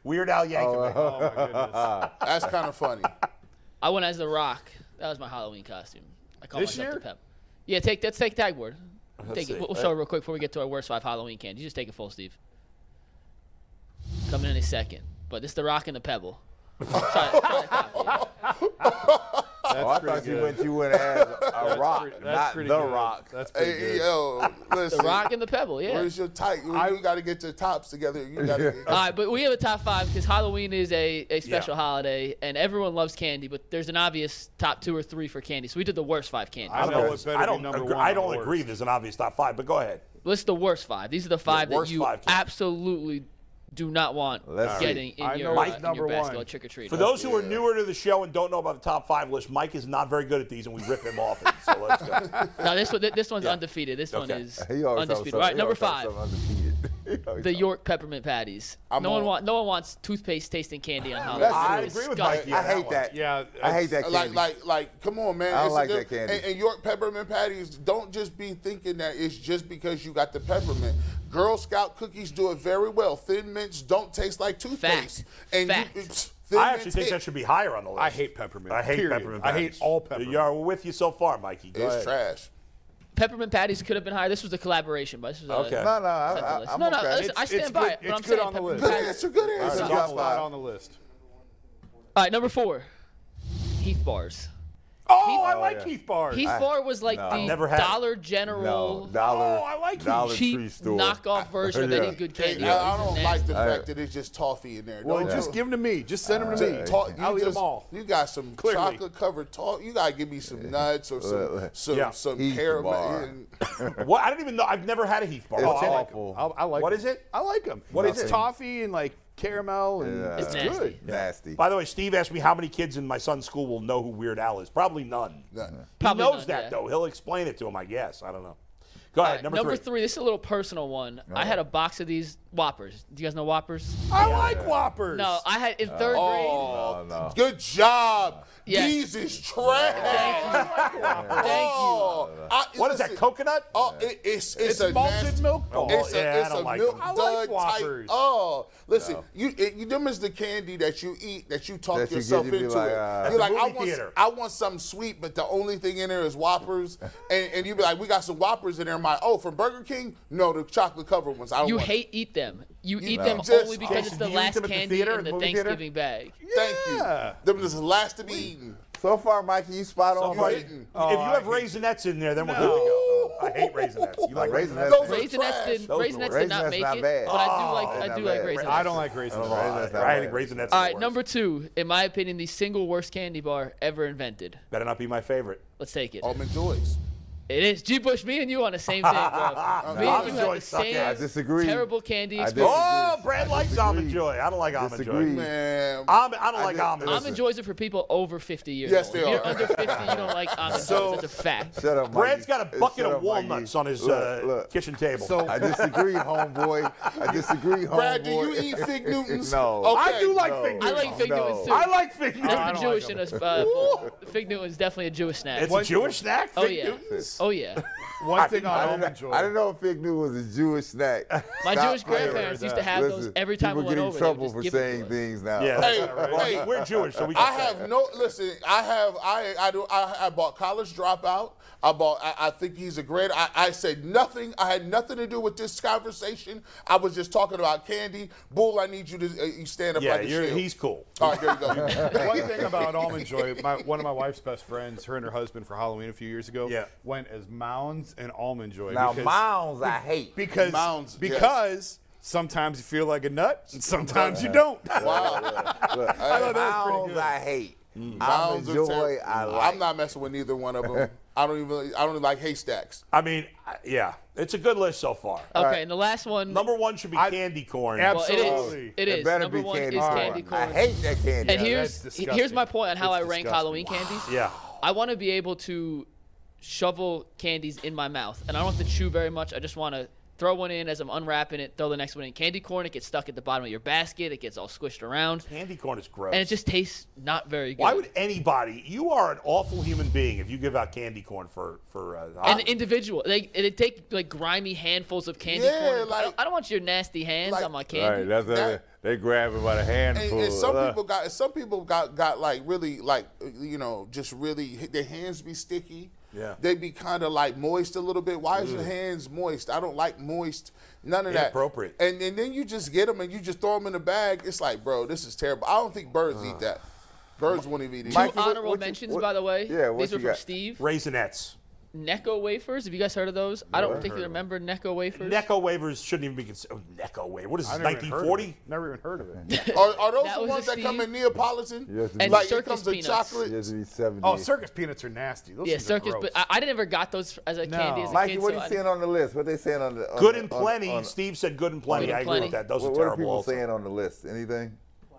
[SPEAKER 1] Weird Al Yankovic.
[SPEAKER 3] Oh my goodness!
[SPEAKER 4] That's kind of funny.
[SPEAKER 2] I went as the Rock. That was my Halloween costume. I call
[SPEAKER 3] This
[SPEAKER 2] myself the
[SPEAKER 3] year?
[SPEAKER 2] Pep. Yeah, take let's take tag board. Take
[SPEAKER 1] see.
[SPEAKER 2] it. We'll show it real quick before we get to our worst five Halloween candy. You just take it full, Steve. Coming in a second, but it's the Rock and the Pebble. Try- try and copy it.
[SPEAKER 5] Oh, I
[SPEAKER 3] That's pretty
[SPEAKER 5] thought you
[SPEAKER 3] good.
[SPEAKER 5] went you went as a
[SPEAKER 3] That's
[SPEAKER 5] rock,
[SPEAKER 3] pretty- that's
[SPEAKER 5] not the
[SPEAKER 3] pretty good.
[SPEAKER 5] rock.
[SPEAKER 3] That's pretty
[SPEAKER 4] hey,
[SPEAKER 3] good.
[SPEAKER 4] yo, listen.
[SPEAKER 2] The Rock and the Pebble. Yeah.
[SPEAKER 4] Where's your tight? You got to get your tops together. You got to
[SPEAKER 2] All right, but we have a top five because Halloween is a, a special
[SPEAKER 1] Yeah.
[SPEAKER 2] holiday and everyone loves candy, but there's an obvious top two or three for candy. So we did the worst five candy.
[SPEAKER 3] I know
[SPEAKER 1] Okay.
[SPEAKER 3] it's better
[SPEAKER 1] I
[SPEAKER 3] be
[SPEAKER 1] don't,
[SPEAKER 3] number
[SPEAKER 1] agree,
[SPEAKER 3] one
[SPEAKER 1] I
[SPEAKER 3] on the
[SPEAKER 1] don't
[SPEAKER 3] worst.
[SPEAKER 1] agree there's an obvious top five, but go ahead.
[SPEAKER 2] What's the worst five? These are the five that
[SPEAKER 1] worst
[SPEAKER 2] you
[SPEAKER 1] five, Tim.
[SPEAKER 2] absolutely do not want
[SPEAKER 5] Let's see.
[SPEAKER 2] getting in
[SPEAKER 3] I
[SPEAKER 2] your,
[SPEAKER 3] know
[SPEAKER 2] uh,
[SPEAKER 3] it's
[SPEAKER 2] in your
[SPEAKER 3] number
[SPEAKER 2] basket
[SPEAKER 3] one.
[SPEAKER 2] trick or treat.
[SPEAKER 1] For those who are newer to the show and don't know about the top five list, Mike is not very good at these, and we rip him often. So let's go.
[SPEAKER 2] no, this one, this one's undefeated. This one
[SPEAKER 1] Okay.
[SPEAKER 2] is
[SPEAKER 5] He always
[SPEAKER 2] undisputed. All
[SPEAKER 5] All
[SPEAKER 2] right, number five, the
[SPEAKER 5] York.
[SPEAKER 2] York peppermint patties.
[SPEAKER 4] I'm
[SPEAKER 2] no one
[SPEAKER 4] on-
[SPEAKER 2] want, no one wants toothpaste tasting candy on Halloween.
[SPEAKER 5] That's
[SPEAKER 1] I
[SPEAKER 5] true.
[SPEAKER 1] agree with
[SPEAKER 2] Disgusting.
[SPEAKER 1] Mikey on
[SPEAKER 5] I hate that.
[SPEAKER 3] Yeah,
[SPEAKER 5] I hate
[SPEAKER 3] it's-
[SPEAKER 5] that. Candy.
[SPEAKER 4] like, like, like, come on, man.
[SPEAKER 5] I don't
[SPEAKER 4] It's a
[SPEAKER 5] like that
[SPEAKER 4] diff-
[SPEAKER 5] candy.
[SPEAKER 4] And, and York peppermint patties, don't just be thinking that it's just because you got the peppermint. Girl Scout cookies do it very well. Thin mints don't taste like toothpaste. And
[SPEAKER 2] Fact.
[SPEAKER 4] You, it's- thin
[SPEAKER 1] I actually
[SPEAKER 4] mints
[SPEAKER 1] think
[SPEAKER 4] hit.
[SPEAKER 1] that should be higher on the list.
[SPEAKER 3] I hate peppermint.
[SPEAKER 1] I hate
[SPEAKER 3] period.
[SPEAKER 1] peppermint.
[SPEAKER 3] I hate
[SPEAKER 1] patties.
[SPEAKER 3] all peppermint.
[SPEAKER 1] You are with you so far, Mikey. Go
[SPEAKER 4] It's
[SPEAKER 1] ahead.
[SPEAKER 4] trash.
[SPEAKER 2] Peppermint patties could have been higher. This was a collaboration, but this was a,
[SPEAKER 1] Okay.
[SPEAKER 5] No, no, I,
[SPEAKER 2] That's the list.
[SPEAKER 5] I, I'm
[SPEAKER 2] no, no,
[SPEAKER 5] okay.
[SPEAKER 2] listen, I
[SPEAKER 3] It's-
[SPEAKER 2] stand
[SPEAKER 3] it's
[SPEAKER 2] by
[SPEAKER 3] good-
[SPEAKER 2] it. But
[SPEAKER 3] it's
[SPEAKER 2] I'm
[SPEAKER 3] good
[SPEAKER 2] saying
[SPEAKER 3] on the
[SPEAKER 2] peppermint
[SPEAKER 3] list.
[SPEAKER 2] patties-
[SPEAKER 4] That's a good
[SPEAKER 5] All
[SPEAKER 4] answer.
[SPEAKER 5] right.
[SPEAKER 3] It's
[SPEAKER 5] Top
[SPEAKER 3] not
[SPEAKER 5] five.
[SPEAKER 3] on the list.
[SPEAKER 2] All right, number four, Heath bars.
[SPEAKER 1] Oh, I like Keith Barnes.
[SPEAKER 2] Keith Barr was like
[SPEAKER 5] no.
[SPEAKER 2] the
[SPEAKER 5] I've
[SPEAKER 1] never had it.
[SPEAKER 2] Dollar General
[SPEAKER 5] No, dollar.
[SPEAKER 1] Oh, I like him.
[SPEAKER 5] Dollar
[SPEAKER 2] cheap
[SPEAKER 5] Tree store.
[SPEAKER 2] knockoff version of any
[SPEAKER 5] Yeah.
[SPEAKER 2] good
[SPEAKER 4] Hey,
[SPEAKER 2] candy.
[SPEAKER 4] I, I don't
[SPEAKER 2] Nasty.
[SPEAKER 4] like the
[SPEAKER 5] I-
[SPEAKER 4] fact that it's just toffee in there.
[SPEAKER 3] Well,
[SPEAKER 4] Don't
[SPEAKER 3] just
[SPEAKER 4] you-
[SPEAKER 3] give them to me. Just send them to
[SPEAKER 5] Alright.
[SPEAKER 3] me.
[SPEAKER 5] Hey,
[SPEAKER 4] Talk, you
[SPEAKER 1] I'll eat 'em
[SPEAKER 4] just-
[SPEAKER 1] all.
[SPEAKER 4] You got some
[SPEAKER 1] Clearly.
[SPEAKER 4] chocolate covered talk. You gotta give me some nuts or some some
[SPEAKER 1] Yeah.
[SPEAKER 4] some
[SPEAKER 5] He's the bar.
[SPEAKER 4] caramel.
[SPEAKER 1] What? I don't even know. I've never had a Heath Bar.
[SPEAKER 5] It's
[SPEAKER 1] Oh,
[SPEAKER 3] I like
[SPEAKER 5] awful.
[SPEAKER 3] 'em. I, I like
[SPEAKER 1] What
[SPEAKER 3] 'em.
[SPEAKER 1] is it?
[SPEAKER 3] I like them.
[SPEAKER 1] What is
[SPEAKER 3] it's
[SPEAKER 1] it?
[SPEAKER 3] toffee and like caramel and
[SPEAKER 5] Yeah.
[SPEAKER 3] it's,
[SPEAKER 2] It's nasty.
[SPEAKER 3] good.
[SPEAKER 5] Nasty.
[SPEAKER 1] By the way, Steve asked me how many kids in my son's school will know who Weird Al is. Probably none.
[SPEAKER 4] None.
[SPEAKER 1] He
[SPEAKER 2] Probably
[SPEAKER 1] knows
[SPEAKER 2] none,
[SPEAKER 1] that
[SPEAKER 2] yeah.
[SPEAKER 1] though. He'll explain it to him, I guess. I don't know. Go ahead.
[SPEAKER 2] Alright,
[SPEAKER 1] number, three.
[SPEAKER 2] This is a little personal one. I had a box of these Whoppers. Do you guys know Whoppers?
[SPEAKER 1] I like Whoppers.
[SPEAKER 2] No, I had in third grade.
[SPEAKER 4] Oh,
[SPEAKER 5] no.
[SPEAKER 4] good job.
[SPEAKER 2] Yes.
[SPEAKER 4] These is trash.
[SPEAKER 2] Thank you.
[SPEAKER 4] Oh, I-
[SPEAKER 1] What is that?
[SPEAKER 4] listen,
[SPEAKER 1] Coconut?
[SPEAKER 4] Oh, it, it's,
[SPEAKER 3] It's,
[SPEAKER 4] it's a
[SPEAKER 3] malted
[SPEAKER 4] nasty-
[SPEAKER 3] milk.
[SPEAKER 1] Oh,
[SPEAKER 4] It's
[SPEAKER 1] yeah,
[SPEAKER 4] a,
[SPEAKER 1] I
[SPEAKER 4] it's
[SPEAKER 1] don't
[SPEAKER 4] a
[SPEAKER 1] like 'em.
[SPEAKER 4] milk
[SPEAKER 1] I
[SPEAKER 3] like
[SPEAKER 4] dud type.
[SPEAKER 3] Whoppers.
[SPEAKER 4] Oh, listen, you it, you them is the candy that you eat that you talk
[SPEAKER 5] That you get,
[SPEAKER 4] yourself
[SPEAKER 5] you be
[SPEAKER 4] into
[SPEAKER 5] like,
[SPEAKER 4] it.
[SPEAKER 5] uh,
[SPEAKER 1] At the
[SPEAKER 4] You're like, I
[SPEAKER 1] movie
[SPEAKER 4] want,
[SPEAKER 1] theater.
[SPEAKER 4] I want something sweet, but the only thing in there is Whoppers, and, and you be like, we got some Whoppers in there. My oh, from Burger King? No, the chocolate covered ones. I don't
[SPEAKER 2] You
[SPEAKER 4] want
[SPEAKER 2] hate eat them. You eat
[SPEAKER 4] No.
[SPEAKER 2] them
[SPEAKER 4] Just-
[SPEAKER 2] only because
[SPEAKER 4] Jason,
[SPEAKER 2] it's the
[SPEAKER 1] do you eat
[SPEAKER 2] last
[SPEAKER 1] them at the
[SPEAKER 2] candy
[SPEAKER 1] theater,
[SPEAKER 2] in
[SPEAKER 1] at
[SPEAKER 2] the
[SPEAKER 1] the movie theater?
[SPEAKER 2] Thanksgiving bag.
[SPEAKER 4] it. Thank
[SPEAKER 3] Yeah.
[SPEAKER 4] you. Them is the last to be eaten.
[SPEAKER 5] So far, Mikey, you spot on.
[SPEAKER 4] far,
[SPEAKER 5] Mikey.
[SPEAKER 4] hitting.
[SPEAKER 2] Oh,
[SPEAKER 1] if you have raisinets in there, then we're good to go. I hate raisinets. You like
[SPEAKER 5] Raisinets?
[SPEAKER 1] raisinets?
[SPEAKER 4] Those are
[SPEAKER 2] Raisinets
[SPEAKER 4] trash.
[SPEAKER 2] didn't.
[SPEAKER 5] Those are-
[SPEAKER 2] Raisinets did not
[SPEAKER 5] Raisinets
[SPEAKER 2] make
[SPEAKER 5] not
[SPEAKER 2] it,
[SPEAKER 5] bad.
[SPEAKER 2] but I do
[SPEAKER 1] Oh,
[SPEAKER 2] like. I
[SPEAKER 5] not
[SPEAKER 2] do like
[SPEAKER 5] bad.
[SPEAKER 2] raisinets.
[SPEAKER 3] I don't like raisins.
[SPEAKER 5] Oh, Raisinets not
[SPEAKER 1] I hate
[SPEAKER 5] bad.
[SPEAKER 1] raisinets.
[SPEAKER 2] All
[SPEAKER 1] are the
[SPEAKER 2] right,
[SPEAKER 1] worst.
[SPEAKER 2] number two, in my opinion, the single worst candy bar ever invented.
[SPEAKER 1] Better not be my favorite.
[SPEAKER 2] Let's take it.
[SPEAKER 4] Almond joys.
[SPEAKER 2] It is G. Bush. Me and you on the same thing, bro. Me and
[SPEAKER 1] Almond
[SPEAKER 2] you had the
[SPEAKER 1] Joy suck
[SPEAKER 2] same
[SPEAKER 1] ass.
[SPEAKER 5] I disagree.
[SPEAKER 2] terrible candy
[SPEAKER 5] I
[SPEAKER 2] experience.
[SPEAKER 1] Oh,
[SPEAKER 5] disagree.
[SPEAKER 1] Brad
[SPEAKER 5] I
[SPEAKER 1] likes
[SPEAKER 5] disagree.
[SPEAKER 1] almond joy. I don't like almond
[SPEAKER 5] Disagree.
[SPEAKER 1] joy.
[SPEAKER 4] Man,
[SPEAKER 1] Almond, I don't like
[SPEAKER 5] di-
[SPEAKER 1] almond.
[SPEAKER 5] listen.
[SPEAKER 2] Almond joys are for people over 50 years
[SPEAKER 4] Yes,
[SPEAKER 2] old.
[SPEAKER 4] they
[SPEAKER 2] if
[SPEAKER 4] are.
[SPEAKER 2] You're under 50, you don't like almond
[SPEAKER 3] So-
[SPEAKER 2] joys. That's a fact.
[SPEAKER 5] Shut up, Mikey.
[SPEAKER 1] Brad's got a bucket
[SPEAKER 5] Shut
[SPEAKER 1] of
[SPEAKER 5] up,
[SPEAKER 1] walnuts
[SPEAKER 5] Mikey.
[SPEAKER 1] on his
[SPEAKER 5] Look,
[SPEAKER 1] uh,
[SPEAKER 5] look.
[SPEAKER 1] kitchen table.
[SPEAKER 3] So-
[SPEAKER 5] I disagree, homeboy. I disagree, homeboy.
[SPEAKER 4] Brad, do you eat fig Newtons?
[SPEAKER 5] no.
[SPEAKER 4] Okay.
[SPEAKER 1] I do like
[SPEAKER 5] No.
[SPEAKER 1] fig
[SPEAKER 2] I
[SPEAKER 1] Newtons.
[SPEAKER 2] like fig
[SPEAKER 5] No.
[SPEAKER 2] Newtons too.
[SPEAKER 1] I like fig Newtons.
[SPEAKER 2] That's the
[SPEAKER 3] don't
[SPEAKER 2] Jewish
[SPEAKER 3] like
[SPEAKER 2] in us. Uh, fig Newtons definitely a Jewish snack.
[SPEAKER 1] It's a Jewish snack.
[SPEAKER 2] oh
[SPEAKER 1] fig
[SPEAKER 2] yeah.
[SPEAKER 1] Newtons?
[SPEAKER 2] Oh yeah.
[SPEAKER 3] One thing
[SPEAKER 5] I
[SPEAKER 3] on
[SPEAKER 5] didn't,
[SPEAKER 3] almond joy.
[SPEAKER 5] I didn't know if fig Newton was a Jewish snack.
[SPEAKER 2] My
[SPEAKER 5] Stop
[SPEAKER 2] Jewish
[SPEAKER 5] playing.
[SPEAKER 2] grandparents used to have those
[SPEAKER 5] Listen,
[SPEAKER 2] every time we
[SPEAKER 5] people
[SPEAKER 2] went
[SPEAKER 5] get in
[SPEAKER 2] over. they would
[SPEAKER 5] trouble
[SPEAKER 2] just
[SPEAKER 5] for
[SPEAKER 2] give it to
[SPEAKER 5] saying
[SPEAKER 2] us.
[SPEAKER 5] things now.
[SPEAKER 1] Yeah.
[SPEAKER 4] Hey,
[SPEAKER 1] that's right.
[SPEAKER 4] hey.
[SPEAKER 1] We're Jewish, so we.
[SPEAKER 4] I
[SPEAKER 1] Can
[SPEAKER 4] have no listen. I have I I do I, I bought college dropout. I bought. I, I think he's a great. I, I said nothing. I had nothing to do with this conversation. I was just talking about candy. Bull, I need you to uh, you stand up
[SPEAKER 1] Yeah,
[SPEAKER 4] like a
[SPEAKER 1] you're,
[SPEAKER 4] shield.
[SPEAKER 1] he's cool.
[SPEAKER 4] All right, there you go.
[SPEAKER 3] One thing about almond joy, my, one of my wife's best friends, her and her husband for Halloween a few years ago,
[SPEAKER 1] Yeah.
[SPEAKER 3] went as mounds and almond joy.
[SPEAKER 5] Now,
[SPEAKER 3] because-
[SPEAKER 5] mounds, I hate.
[SPEAKER 3] because
[SPEAKER 4] Mounds, yes.
[SPEAKER 3] because sometimes you feel like a nut, and sometimes you don't.
[SPEAKER 4] Wow.
[SPEAKER 5] Look,
[SPEAKER 4] thought that was pretty
[SPEAKER 5] mounds,
[SPEAKER 3] good.
[SPEAKER 5] I hate.
[SPEAKER 4] Mounds
[SPEAKER 5] Almond
[SPEAKER 4] are
[SPEAKER 5] joy,
[SPEAKER 4] terrible.
[SPEAKER 5] I like.
[SPEAKER 4] I'm not messing with neither one of them. I don't even. I don't even like haystacks.
[SPEAKER 1] I mean, I- yeah, it's a good list so far.
[SPEAKER 2] Okay, and the last one.
[SPEAKER 1] Number one should be candy corn.
[SPEAKER 3] Ab-
[SPEAKER 2] well, it
[SPEAKER 3] Absolutely.
[SPEAKER 2] is. It
[SPEAKER 5] It
[SPEAKER 2] is.
[SPEAKER 5] better
[SPEAKER 2] Number
[SPEAKER 5] be
[SPEAKER 2] one
[SPEAKER 5] candy
[SPEAKER 2] is
[SPEAKER 5] corn.
[SPEAKER 2] candy corn.
[SPEAKER 5] I hate that candy.
[SPEAKER 2] And here's
[SPEAKER 3] that's
[SPEAKER 2] here's my
[SPEAKER 3] disgusting.
[SPEAKER 2] point on how
[SPEAKER 3] It's
[SPEAKER 2] I rank
[SPEAKER 3] disgusting.
[SPEAKER 2] Halloween candies.
[SPEAKER 1] yeah.
[SPEAKER 2] I want to be able to shovel candies in my mouth, and I don't have to chew very much. I just want to throw one in as I'm unwrapping it, throw the next one in. Candy corn, it gets stuck at the bottom of your basket, it gets all squished around,
[SPEAKER 1] Candy corn is gross.
[SPEAKER 2] and it just tastes not very good.
[SPEAKER 1] Why would anybody? You are an awful human being if you give out candy corn for for. Uh,
[SPEAKER 2] an
[SPEAKER 1] holidays.
[SPEAKER 2] individual, they they take like grimy handfuls of candy
[SPEAKER 4] Yeah,
[SPEAKER 2] corn. I,
[SPEAKER 4] like-
[SPEAKER 2] don't, I don't want your nasty hands
[SPEAKER 4] like-
[SPEAKER 2] on my
[SPEAKER 5] All
[SPEAKER 2] candy.
[SPEAKER 5] right, that's
[SPEAKER 4] That-
[SPEAKER 5] they grab it by the
[SPEAKER 4] And,
[SPEAKER 5] handful.
[SPEAKER 4] and some
[SPEAKER 5] Uh,
[SPEAKER 4] people got and some people got got like really like you know just really their hands be sticky.
[SPEAKER 1] Yeah. Mm.
[SPEAKER 4] They be kind of like moist a little bit. Why is your hands moist? I don't like moist. None of that.
[SPEAKER 1] Inappropriate.
[SPEAKER 4] And and then you just get them and you just throw them in the bag. It's like, bro, this is terrible. I don't think birds
[SPEAKER 1] Uh.
[SPEAKER 4] eat that. Birds wouldn't even eat
[SPEAKER 2] Two
[SPEAKER 4] it.
[SPEAKER 5] Mikey, what-
[SPEAKER 2] honorable
[SPEAKER 5] what you-
[SPEAKER 2] mentions,
[SPEAKER 5] what-
[SPEAKER 2] by the way.
[SPEAKER 5] yeah, what
[SPEAKER 2] these were
[SPEAKER 5] you
[SPEAKER 2] from
[SPEAKER 5] got?
[SPEAKER 2] Steve.
[SPEAKER 1] Raisinets.
[SPEAKER 2] Necco wafers. Have you guys heard of those? I don't think you remember Necco wafers.
[SPEAKER 1] Necco waivers shouldn't even be considered. Oh, Necco waiver. What is this?
[SPEAKER 3] I never even heard of
[SPEAKER 1] 1940?
[SPEAKER 3] it. Never even heard of it.
[SPEAKER 4] Are, are those
[SPEAKER 2] That
[SPEAKER 4] the
[SPEAKER 2] was a
[SPEAKER 4] ones that come
[SPEAKER 2] Steve.
[SPEAKER 4] in Neapolitan?
[SPEAKER 5] Yes, it
[SPEAKER 2] And
[SPEAKER 4] like it
[SPEAKER 2] circus
[SPEAKER 4] comes in
[SPEAKER 2] peanuts.
[SPEAKER 4] chocolate.
[SPEAKER 5] it has to be 70.
[SPEAKER 3] oh, circus peanuts are nasty. Those
[SPEAKER 2] Yeah,
[SPEAKER 3] things are
[SPEAKER 2] circus.
[SPEAKER 3] gross.
[SPEAKER 2] But I, I never got those as a
[SPEAKER 3] No.
[SPEAKER 2] candy as a
[SPEAKER 5] Mikey,
[SPEAKER 2] kid.
[SPEAKER 5] what
[SPEAKER 2] so
[SPEAKER 5] are you
[SPEAKER 2] I-
[SPEAKER 5] seeing on the list? What they saying on the on
[SPEAKER 1] Good
[SPEAKER 5] the-
[SPEAKER 1] and
[SPEAKER 5] on-
[SPEAKER 1] plenty.
[SPEAKER 5] on-
[SPEAKER 1] Steve said good and plenty.
[SPEAKER 2] Good and
[SPEAKER 1] I agree with
[SPEAKER 2] plenty.
[SPEAKER 1] that. Those
[SPEAKER 5] What,
[SPEAKER 1] are
[SPEAKER 5] what are
[SPEAKER 1] terrible.
[SPEAKER 5] people
[SPEAKER 1] also.
[SPEAKER 5] saying on the list? Anything?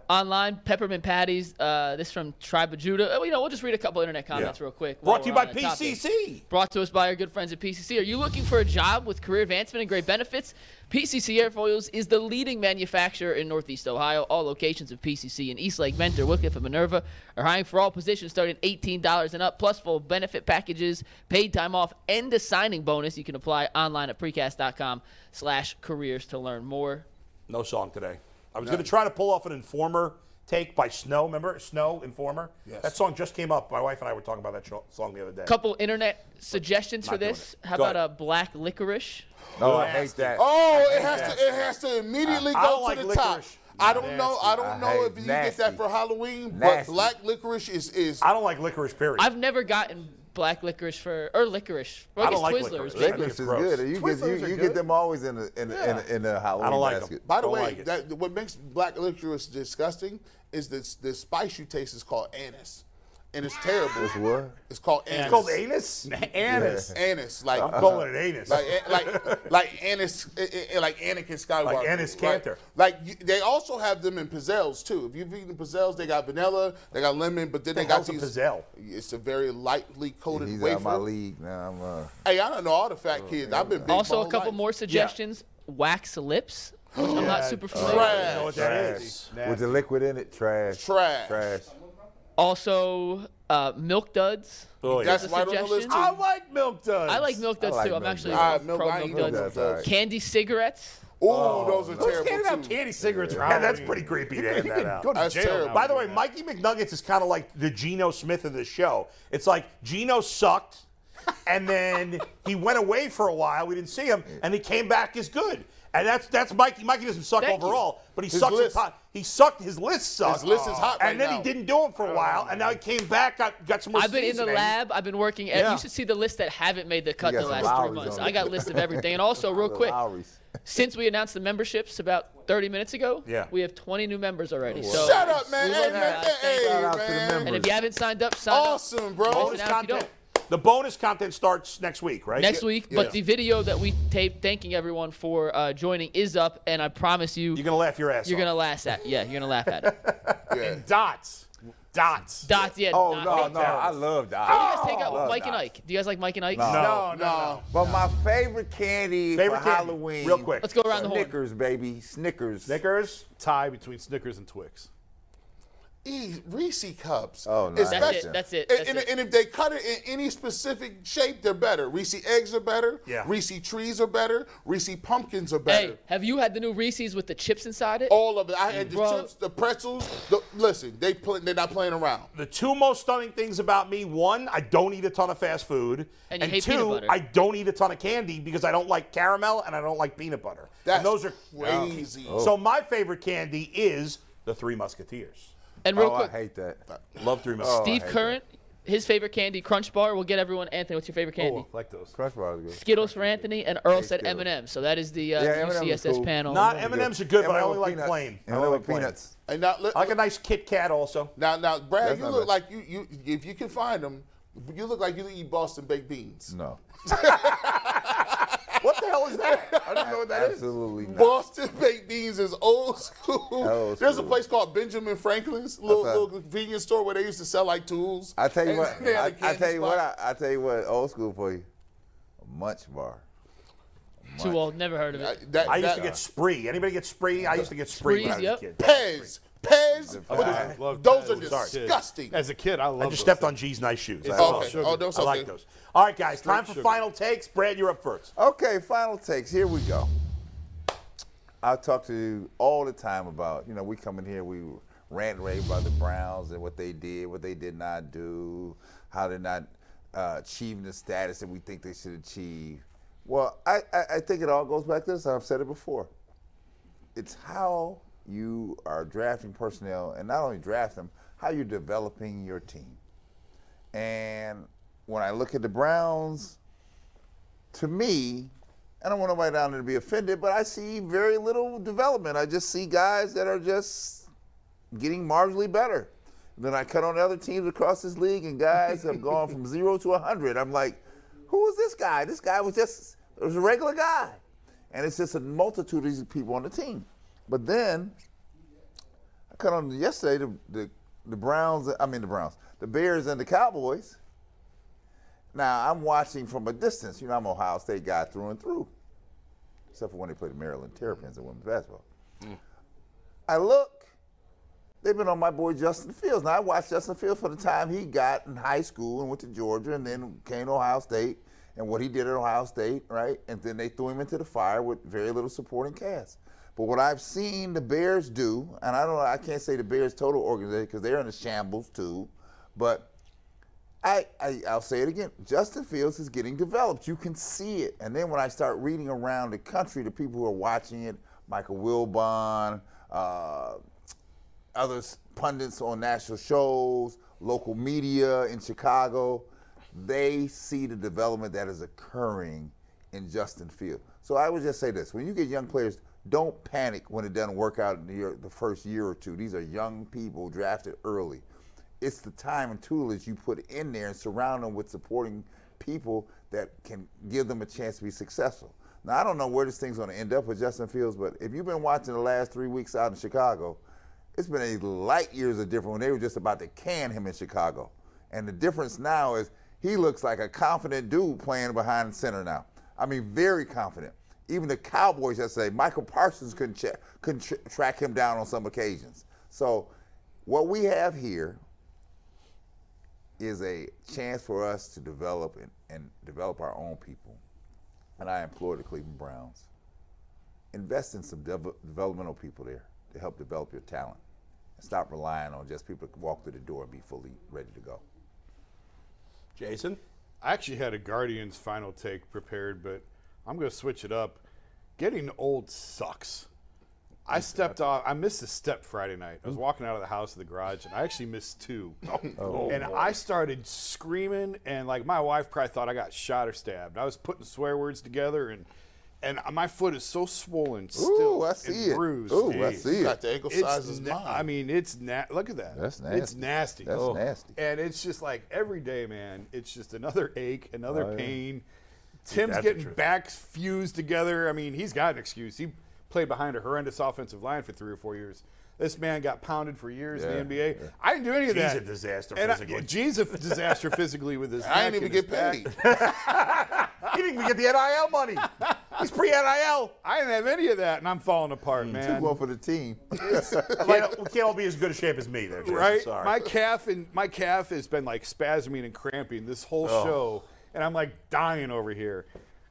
[SPEAKER 2] online peppermint patties. Uh, this from Tribe of Judah. Oh, You know, we'll just read a couple internet comments
[SPEAKER 1] Yeah.
[SPEAKER 2] real quick. while
[SPEAKER 1] Brought to you
[SPEAKER 2] we're
[SPEAKER 1] by
[SPEAKER 2] on that topic.
[SPEAKER 1] PCC.
[SPEAKER 2] Brought to us by our good friends at PCC. Are you looking for a job with career advancement and great benefits? PCC Airfoils is the leading manufacturer in Northeast Ohio. All locations of PCC in Eastlake, Mentor, Wickliffe, and Minerva are hiring for all positions starting at $18 and up, plus full benefit packages, paid time off, and a signing bonus. You can apply online at precast.com slash careers to learn more.
[SPEAKER 1] No song today. I was going to try to pull off an Informer take by Snow. Remember Snow Informer?
[SPEAKER 4] Yes.
[SPEAKER 1] That song just came up. My wife and I were talking about that sh- song the other day.
[SPEAKER 2] Couple internet suggestions for
[SPEAKER 1] Not doing
[SPEAKER 2] this.
[SPEAKER 1] it.
[SPEAKER 2] How
[SPEAKER 1] Go
[SPEAKER 2] about
[SPEAKER 1] ahead.
[SPEAKER 2] a black licorice?
[SPEAKER 5] No, I hate that.
[SPEAKER 4] Oh, it has to it has to immediately
[SPEAKER 1] I
[SPEAKER 4] go
[SPEAKER 1] don't
[SPEAKER 4] to
[SPEAKER 1] like
[SPEAKER 4] the top.
[SPEAKER 1] licorice.
[SPEAKER 4] I don't know. I don't
[SPEAKER 5] I
[SPEAKER 4] know
[SPEAKER 5] hate
[SPEAKER 4] if you get that
[SPEAKER 5] nasty.
[SPEAKER 4] for Halloween, but
[SPEAKER 5] Nasty.
[SPEAKER 4] black licorice is is.
[SPEAKER 1] I don't like licorice. Period.
[SPEAKER 2] I've never gotten black licorice for or licorice. Well, I,
[SPEAKER 1] I don't
[SPEAKER 2] guess
[SPEAKER 1] like
[SPEAKER 2] Twizzlers.
[SPEAKER 1] licorice.
[SPEAKER 2] maybe.
[SPEAKER 1] I think
[SPEAKER 5] Licorice
[SPEAKER 1] it's
[SPEAKER 5] is
[SPEAKER 1] gross.
[SPEAKER 5] good. You get,
[SPEAKER 6] Twizzlers
[SPEAKER 5] you,
[SPEAKER 6] are
[SPEAKER 5] you
[SPEAKER 6] good.
[SPEAKER 5] get them always in the in the, in, the, in the Halloween
[SPEAKER 1] I don't like 'em.
[SPEAKER 5] basket.
[SPEAKER 4] by the
[SPEAKER 1] don't
[SPEAKER 4] way,
[SPEAKER 1] like it.
[SPEAKER 4] that what makes black licorice disgusting is the the spice you taste is called anise, and it's terrible.
[SPEAKER 5] It's what?
[SPEAKER 4] It's called anise.
[SPEAKER 1] It's called anus.
[SPEAKER 6] Anus.
[SPEAKER 4] Anise, like
[SPEAKER 1] I'm calling it anus.
[SPEAKER 4] like eh, like like Anis, eh, eh, like Anakin Skywalker,
[SPEAKER 1] Like Anis
[SPEAKER 4] right?
[SPEAKER 1] Kanter.
[SPEAKER 4] Like, you, they also have them in pizzelles too. If you've eaten pizzelles, they got vanilla, they got lemon, but then they got
[SPEAKER 1] hell's a
[SPEAKER 4] these.
[SPEAKER 1] pizzelle?
[SPEAKER 4] It's a very lightly coated
[SPEAKER 5] He's out
[SPEAKER 4] wafer.
[SPEAKER 5] of my league now. I'm, uh,
[SPEAKER 4] Hey, I don't know all the fat kids. I've been big my
[SPEAKER 2] Also, a
[SPEAKER 4] whole
[SPEAKER 2] couple
[SPEAKER 4] life.
[SPEAKER 2] more suggestions. Wax lips, which I'm not super familiar. with.
[SPEAKER 1] I don't know what
[SPEAKER 4] Trash,
[SPEAKER 1] that
[SPEAKER 5] Trash.
[SPEAKER 1] is.
[SPEAKER 5] with the liquid in it, trash.
[SPEAKER 4] trash.
[SPEAKER 5] Trash.
[SPEAKER 2] Also, uh, milk duds.
[SPEAKER 1] Oh, yeah.
[SPEAKER 4] That's
[SPEAKER 2] That's a
[SPEAKER 4] right on the list
[SPEAKER 2] suggestion.
[SPEAKER 4] too.
[SPEAKER 1] I like milk duds.
[SPEAKER 2] I like milk duds
[SPEAKER 5] like
[SPEAKER 2] too. I'm
[SPEAKER 5] milk
[SPEAKER 2] actually
[SPEAKER 5] duds.
[SPEAKER 4] Ah, milk-
[SPEAKER 2] pro
[SPEAKER 4] I ain't
[SPEAKER 2] milk
[SPEAKER 4] no
[SPEAKER 2] duds.
[SPEAKER 5] That's all right.
[SPEAKER 2] Candy cigarettes.
[SPEAKER 4] Ooh,
[SPEAKER 1] Oh.
[SPEAKER 4] those are
[SPEAKER 6] Who's
[SPEAKER 4] terrible
[SPEAKER 6] handing
[SPEAKER 4] too.
[SPEAKER 6] out candy cigarettes for
[SPEAKER 1] Yeah, that's
[SPEAKER 6] Halloween?
[SPEAKER 1] pretty creepy to
[SPEAKER 6] You
[SPEAKER 1] hand
[SPEAKER 6] could
[SPEAKER 1] that out.
[SPEAKER 6] Go to
[SPEAKER 4] That's
[SPEAKER 6] jail
[SPEAKER 4] terrible.
[SPEAKER 6] now
[SPEAKER 1] By the
[SPEAKER 6] for
[SPEAKER 1] way,
[SPEAKER 6] that.
[SPEAKER 1] Mikey McNuggets is kind of like the Geno Smith of the show. It's like Geno sucked, and then he went away for a while. We didn't see him, and he came back as good. And that's that's Mikey. Mikey doesn't suck
[SPEAKER 2] Thank you.
[SPEAKER 1] overall, but he
[SPEAKER 4] His
[SPEAKER 1] sucks.
[SPEAKER 4] list.
[SPEAKER 1] At pot. He sucked. His list sucked.
[SPEAKER 4] list is hot right
[SPEAKER 1] And then
[SPEAKER 4] now.
[SPEAKER 1] he didn't do it for a while, and now he came back. Got got some more.
[SPEAKER 2] I've been in the
[SPEAKER 1] seasoning.
[SPEAKER 2] lab. I've been working. At,
[SPEAKER 1] Yeah.
[SPEAKER 2] You should see the list that haven't made the cut
[SPEAKER 5] You
[SPEAKER 2] in the
[SPEAKER 5] got some
[SPEAKER 2] last three
[SPEAKER 5] Lowrys
[SPEAKER 2] months.
[SPEAKER 5] on
[SPEAKER 2] I
[SPEAKER 5] it.
[SPEAKER 2] got a list of everything. And also, Oh, real
[SPEAKER 5] Little
[SPEAKER 2] quick,
[SPEAKER 5] Lowry's.
[SPEAKER 2] since we announced the memberships about 30 minutes ago,
[SPEAKER 1] Yeah.
[SPEAKER 2] we have 20 new members already. So
[SPEAKER 4] Shut up, man.
[SPEAKER 2] we
[SPEAKER 4] Hey,
[SPEAKER 2] love you
[SPEAKER 4] man.
[SPEAKER 2] guys. Thank you.
[SPEAKER 4] Hey,
[SPEAKER 5] Shout out to the
[SPEAKER 4] man.
[SPEAKER 5] members.
[SPEAKER 2] And if you haven't signed up, sign up.
[SPEAKER 4] Awesome, bro.
[SPEAKER 1] Bonus
[SPEAKER 2] Now, if you
[SPEAKER 1] content. The bonus content's starts next week, right?
[SPEAKER 2] Next week,
[SPEAKER 4] yeah.
[SPEAKER 2] but the video that we taped thanking everyone for uh, joining is up, and I promise you,
[SPEAKER 1] You're gonna laugh your ass.
[SPEAKER 2] you're
[SPEAKER 1] off.
[SPEAKER 2] gonna laugh at. Yeah, you're gonna laugh at it.
[SPEAKER 4] Yeah.
[SPEAKER 6] dots, dots.
[SPEAKER 2] Dots, yeah.
[SPEAKER 5] Oh,
[SPEAKER 2] not-
[SPEAKER 5] no,
[SPEAKER 2] Hey,
[SPEAKER 5] no. I love that.
[SPEAKER 2] You guys take out with Mike and Ike. Do you guys like Mike and Ike?
[SPEAKER 6] No,
[SPEAKER 5] No.
[SPEAKER 6] no,
[SPEAKER 4] Nah.
[SPEAKER 5] But my favorite candy
[SPEAKER 1] Favorite
[SPEAKER 5] for
[SPEAKER 1] candy,
[SPEAKER 5] Halloween.
[SPEAKER 1] real quick.
[SPEAKER 2] Let's go around the horn.
[SPEAKER 5] Snickers, baby. Snickers.
[SPEAKER 6] Snickers tie between Snickers and Twix.
[SPEAKER 4] E- Reese cups.
[SPEAKER 5] Oh, nice.
[SPEAKER 2] That's
[SPEAKER 4] Especially-
[SPEAKER 2] it. That's it.
[SPEAKER 4] And,
[SPEAKER 2] That's
[SPEAKER 4] and,
[SPEAKER 2] it.
[SPEAKER 4] and if they cut it in any specific shape, they're better. Reese eggs are better.
[SPEAKER 1] Yeah.
[SPEAKER 4] Reese trees are better. Reese pumpkins are better.
[SPEAKER 2] Hey, have you had the new Reese's with the chips inside
[SPEAKER 5] Oh,
[SPEAKER 2] it?
[SPEAKER 4] All of it. I had the
[SPEAKER 2] Bro.
[SPEAKER 4] chips, the pretzels. The, listen, they play, they're not playing around.
[SPEAKER 1] the two most stunning things about me one i don't eat a ton of fast food
[SPEAKER 2] And you hate
[SPEAKER 1] two
[SPEAKER 2] peanut butter.
[SPEAKER 1] i don't eat a ton of candy because i don't like caramel and i don't like peanut butter
[SPEAKER 4] That's
[SPEAKER 1] and those are Oh.
[SPEAKER 4] crazy.
[SPEAKER 5] Oh.
[SPEAKER 1] so my favorite candy is the three musketeers
[SPEAKER 2] And real
[SPEAKER 5] Oh, I
[SPEAKER 2] quick,
[SPEAKER 5] hate oh, that.
[SPEAKER 1] love three musketeers
[SPEAKER 2] Steve Current, his favorite candy, Crunch Bar. We'll get everyone. Anthony, what's your favorite candy?
[SPEAKER 6] Oh, like those.
[SPEAKER 5] Crush bars is good.
[SPEAKER 2] Skittles for Anthony, and Earl said
[SPEAKER 5] Skittles.
[SPEAKER 2] M&M. So that is the uh,
[SPEAKER 5] Yeah,
[SPEAKER 2] the
[SPEAKER 5] M&M's
[SPEAKER 2] UCSS
[SPEAKER 5] cool.
[SPEAKER 2] panel.
[SPEAKER 1] Not M&Ms are good, but I
[SPEAKER 5] M&M
[SPEAKER 1] only
[SPEAKER 5] with
[SPEAKER 1] like
[SPEAKER 5] peanuts.
[SPEAKER 1] plain. I
[SPEAKER 5] And
[SPEAKER 1] only
[SPEAKER 5] with
[SPEAKER 1] like plain.
[SPEAKER 5] peanuts.
[SPEAKER 4] And now, let,
[SPEAKER 1] i like a nice kit kat also
[SPEAKER 4] now, now, Brad,
[SPEAKER 5] That's
[SPEAKER 4] you
[SPEAKER 5] not
[SPEAKER 4] look
[SPEAKER 5] bad.
[SPEAKER 4] like you, you, if you can find them, you look like you eat Boston baked beans.
[SPEAKER 5] No.
[SPEAKER 1] what the hell is that i don't know what that is
[SPEAKER 5] Absolutely not.
[SPEAKER 4] Boston baked beans is old school.
[SPEAKER 5] Old
[SPEAKER 4] There's a
[SPEAKER 5] school.
[SPEAKER 4] place called Benjamin Franklin's little,
[SPEAKER 5] Okay.
[SPEAKER 4] little convenience store where they used to sell like tools.
[SPEAKER 5] I tell you
[SPEAKER 4] And
[SPEAKER 5] what.
[SPEAKER 4] they had a
[SPEAKER 5] I, I
[SPEAKER 4] candy
[SPEAKER 5] tell you
[SPEAKER 4] spot.
[SPEAKER 5] what. I, I tell you what. Old school for you. A munch bar.
[SPEAKER 2] Too old. Never heard of
[SPEAKER 4] I,
[SPEAKER 2] it.
[SPEAKER 4] that,
[SPEAKER 1] i used
[SPEAKER 4] that- uh,
[SPEAKER 1] to get spree anybody get spree i used to get spree when i was
[SPEAKER 2] Sprees,
[SPEAKER 1] a kid
[SPEAKER 2] yep.
[SPEAKER 4] Pez. Pez.
[SPEAKER 5] Pez.
[SPEAKER 4] with the-
[SPEAKER 6] Love
[SPEAKER 4] Those are
[SPEAKER 6] Tazos.
[SPEAKER 4] disgusting.
[SPEAKER 6] As a kid, I love.
[SPEAKER 1] I just stepped on G's nice shoes. I,
[SPEAKER 4] Oh,
[SPEAKER 1] love
[SPEAKER 4] okay.
[SPEAKER 1] those.
[SPEAKER 4] Oh, those
[SPEAKER 1] I like
[SPEAKER 4] okay.
[SPEAKER 1] those. All right, guys, time for
[SPEAKER 6] sugar.
[SPEAKER 1] final takes. Brad, you're up first.
[SPEAKER 5] Okay, final takes. Here we go. I talk to you all the time about, you know, we come in here, we rant and rave about the Browns and what they did, what they did not do, how they're not uh, achieving the status that we think they should achieve. Well, I, I, I think it all goes back to this, and I've said it before it's how you are drafting personnel and not only draft them, how you're developing your team. And when I look at the Browns, to me, I don't want nobody down there to be offended, but I see very little development. I just see guys that are just getting marginally better. Then I cut on other teams across this league, and guys have gone from zero to 100. I'm like, who is this guy? This guy was just was a regular guy. And it's just a multitude of these people on the team. But then I cut on yesterday the, the, the Browns, I mean, the Browns, the Bears and the Cowboys. Now I'm watching from a distance. You know, I'm an Ohio State guy through and through, except for when they played the Maryland Terrapins in women's basketball. I look. They've been on my boy Justin Fields. Now I watched Justin Fields for the time he got in high school and went to Georgia and then came to Ohio State and what he did at Ohio State, right? And then they threw him into the fire with very little supporting cast. But what I've seen the Bears do, and I don't, I can't say the Bears total organization because they're in a shambles too, but I, I I'll say it again. Justin Fields is getting developed. You can see it. And then when I start reading around the country, the people who are watching it, Michael Wilbon, uh, other s- pundits on national shows, local media in Chicago, they see the development that is occurring in Justin Field. So I would just say this: when you get young players, don't panic when it doesn't work out in the, year, the first year or two. These are young people drafted early. It's the time and tutelage you put in there and surround them with supporting people that can give them a chance to be successful. Now I don't know where this thing's going to end up with Justin Fields, but if you've been watching the last three weeks out in Chicago, it's been a light years of difference when they were just about to can him in Chicago. And the difference now is he looks like a confident dude playing behind center now. I mean, very confident. Even the Cowboys yesterday, Michael Parsons couldn't, check, couldn't tr- track him down on some occasions. So, what we have here is a chance for us to develop and, and develop our own people. And I implore the Cleveland Browns invest in some dev- developmental people there to help develop your talent and stop relying on just people to walk through the door and be fully ready to go.
[SPEAKER 1] Jason?
[SPEAKER 3] I actually had a Guardians final take prepared, but I'm going to switch it up. Getting old sucks. I stepped off. I missed a step Friday night. I was walking out of the house of the garage, and I actually missed two.
[SPEAKER 5] Oh,
[SPEAKER 3] and I started screaming, and like my wife probably thought I got shot or stabbed. I was putting swear words together, and and my foot is so swollen still
[SPEAKER 5] Ooh, I see
[SPEAKER 3] and
[SPEAKER 5] it.
[SPEAKER 3] bruised.
[SPEAKER 5] Ooh, I
[SPEAKER 3] Hey,
[SPEAKER 5] see
[SPEAKER 4] Got
[SPEAKER 5] it.
[SPEAKER 4] the ankle
[SPEAKER 3] It's
[SPEAKER 4] size is
[SPEAKER 3] na-
[SPEAKER 4] mine.
[SPEAKER 3] I mean, it's na- look at that.
[SPEAKER 5] That's
[SPEAKER 3] It's
[SPEAKER 5] nasty.
[SPEAKER 3] nasty. Oh.
[SPEAKER 5] That's nasty.
[SPEAKER 3] And it's just like every day, man. It's just another ache, another
[SPEAKER 5] Oh, yeah.
[SPEAKER 3] pain. Tim's
[SPEAKER 1] the
[SPEAKER 3] getting
[SPEAKER 1] truth.
[SPEAKER 3] backs fused together. I mean, he's got an excuse. He played behind a horrendous offensive line for three or four years. This man got pounded for years
[SPEAKER 5] Yeah,
[SPEAKER 3] in the NBA. I didn't do any of
[SPEAKER 1] G's
[SPEAKER 3] that.
[SPEAKER 1] a disaster
[SPEAKER 3] And I-
[SPEAKER 1] physically.
[SPEAKER 3] G's a f- disaster physically with his.
[SPEAKER 4] I
[SPEAKER 3] neck
[SPEAKER 4] ain't even
[SPEAKER 3] and his
[SPEAKER 4] get
[SPEAKER 3] back.
[SPEAKER 4] paid.
[SPEAKER 1] He didn't even get the NIL money. He's pre NIL.
[SPEAKER 3] I didn't have any of that, and I'm falling
[SPEAKER 4] Hmm.
[SPEAKER 3] apart, man.
[SPEAKER 5] Well, for the team,
[SPEAKER 1] Can't, we can't all be as good a shape as me there, Jason.
[SPEAKER 3] right?
[SPEAKER 1] Sorry.
[SPEAKER 3] My calf and my calf has been like spasming and cramping this whole show, and I'm like dying over here.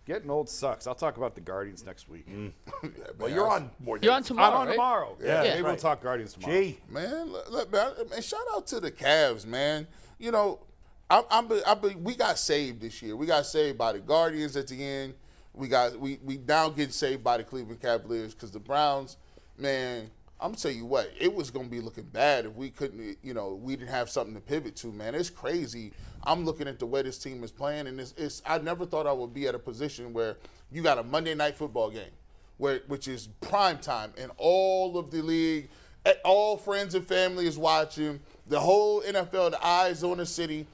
[SPEAKER 3] Getting old sucks. I'll talk about the Guardians next week.
[SPEAKER 1] well, you're on more
[SPEAKER 2] You're on
[SPEAKER 1] dates.
[SPEAKER 2] tomorrow.
[SPEAKER 3] I'm on
[SPEAKER 2] right?
[SPEAKER 3] tomorrow. Yeah,
[SPEAKER 1] that's
[SPEAKER 3] maybe
[SPEAKER 1] right.
[SPEAKER 3] we'll talk Guardians tomorrow.
[SPEAKER 1] Gee.
[SPEAKER 4] Man, look, look, man, man, shout out to the Cavs, man. You know, I, I'm, be- I, be- we got saved this year. We got saved by the Guardians at the end. We got we we now get saved by the Cleveland Cavaliers because the Browns, man. I'm gonna tell you what, it was gonna be looking bad if we couldn't, you know, we didn't have something to pivot to, man. It's crazy. I'm looking at the way this team is playing, and it's, it's I never thought I would be at a position where you got a Monday night football game where, which is prime time, and all of the league, eh, all friends and family is watching. The whole NFL, the eyes on the city,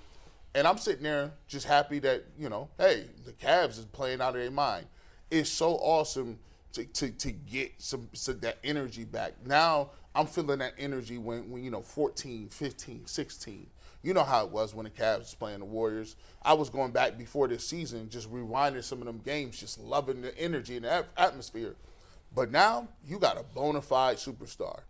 [SPEAKER 4] and I'm sitting there just happy that you know, hey, the Cavs is playing out of their mind. It's so awesome to, to, to get some, some that energy back. Now I'm feeling that energy when, when you know 14, 15, 16. You know how it was when the Cavs was playing the Warriors. I was going back before this season, just rewinding some of them games, just loving the energy and the at- atmosphere. But now you got a bona fide superstar.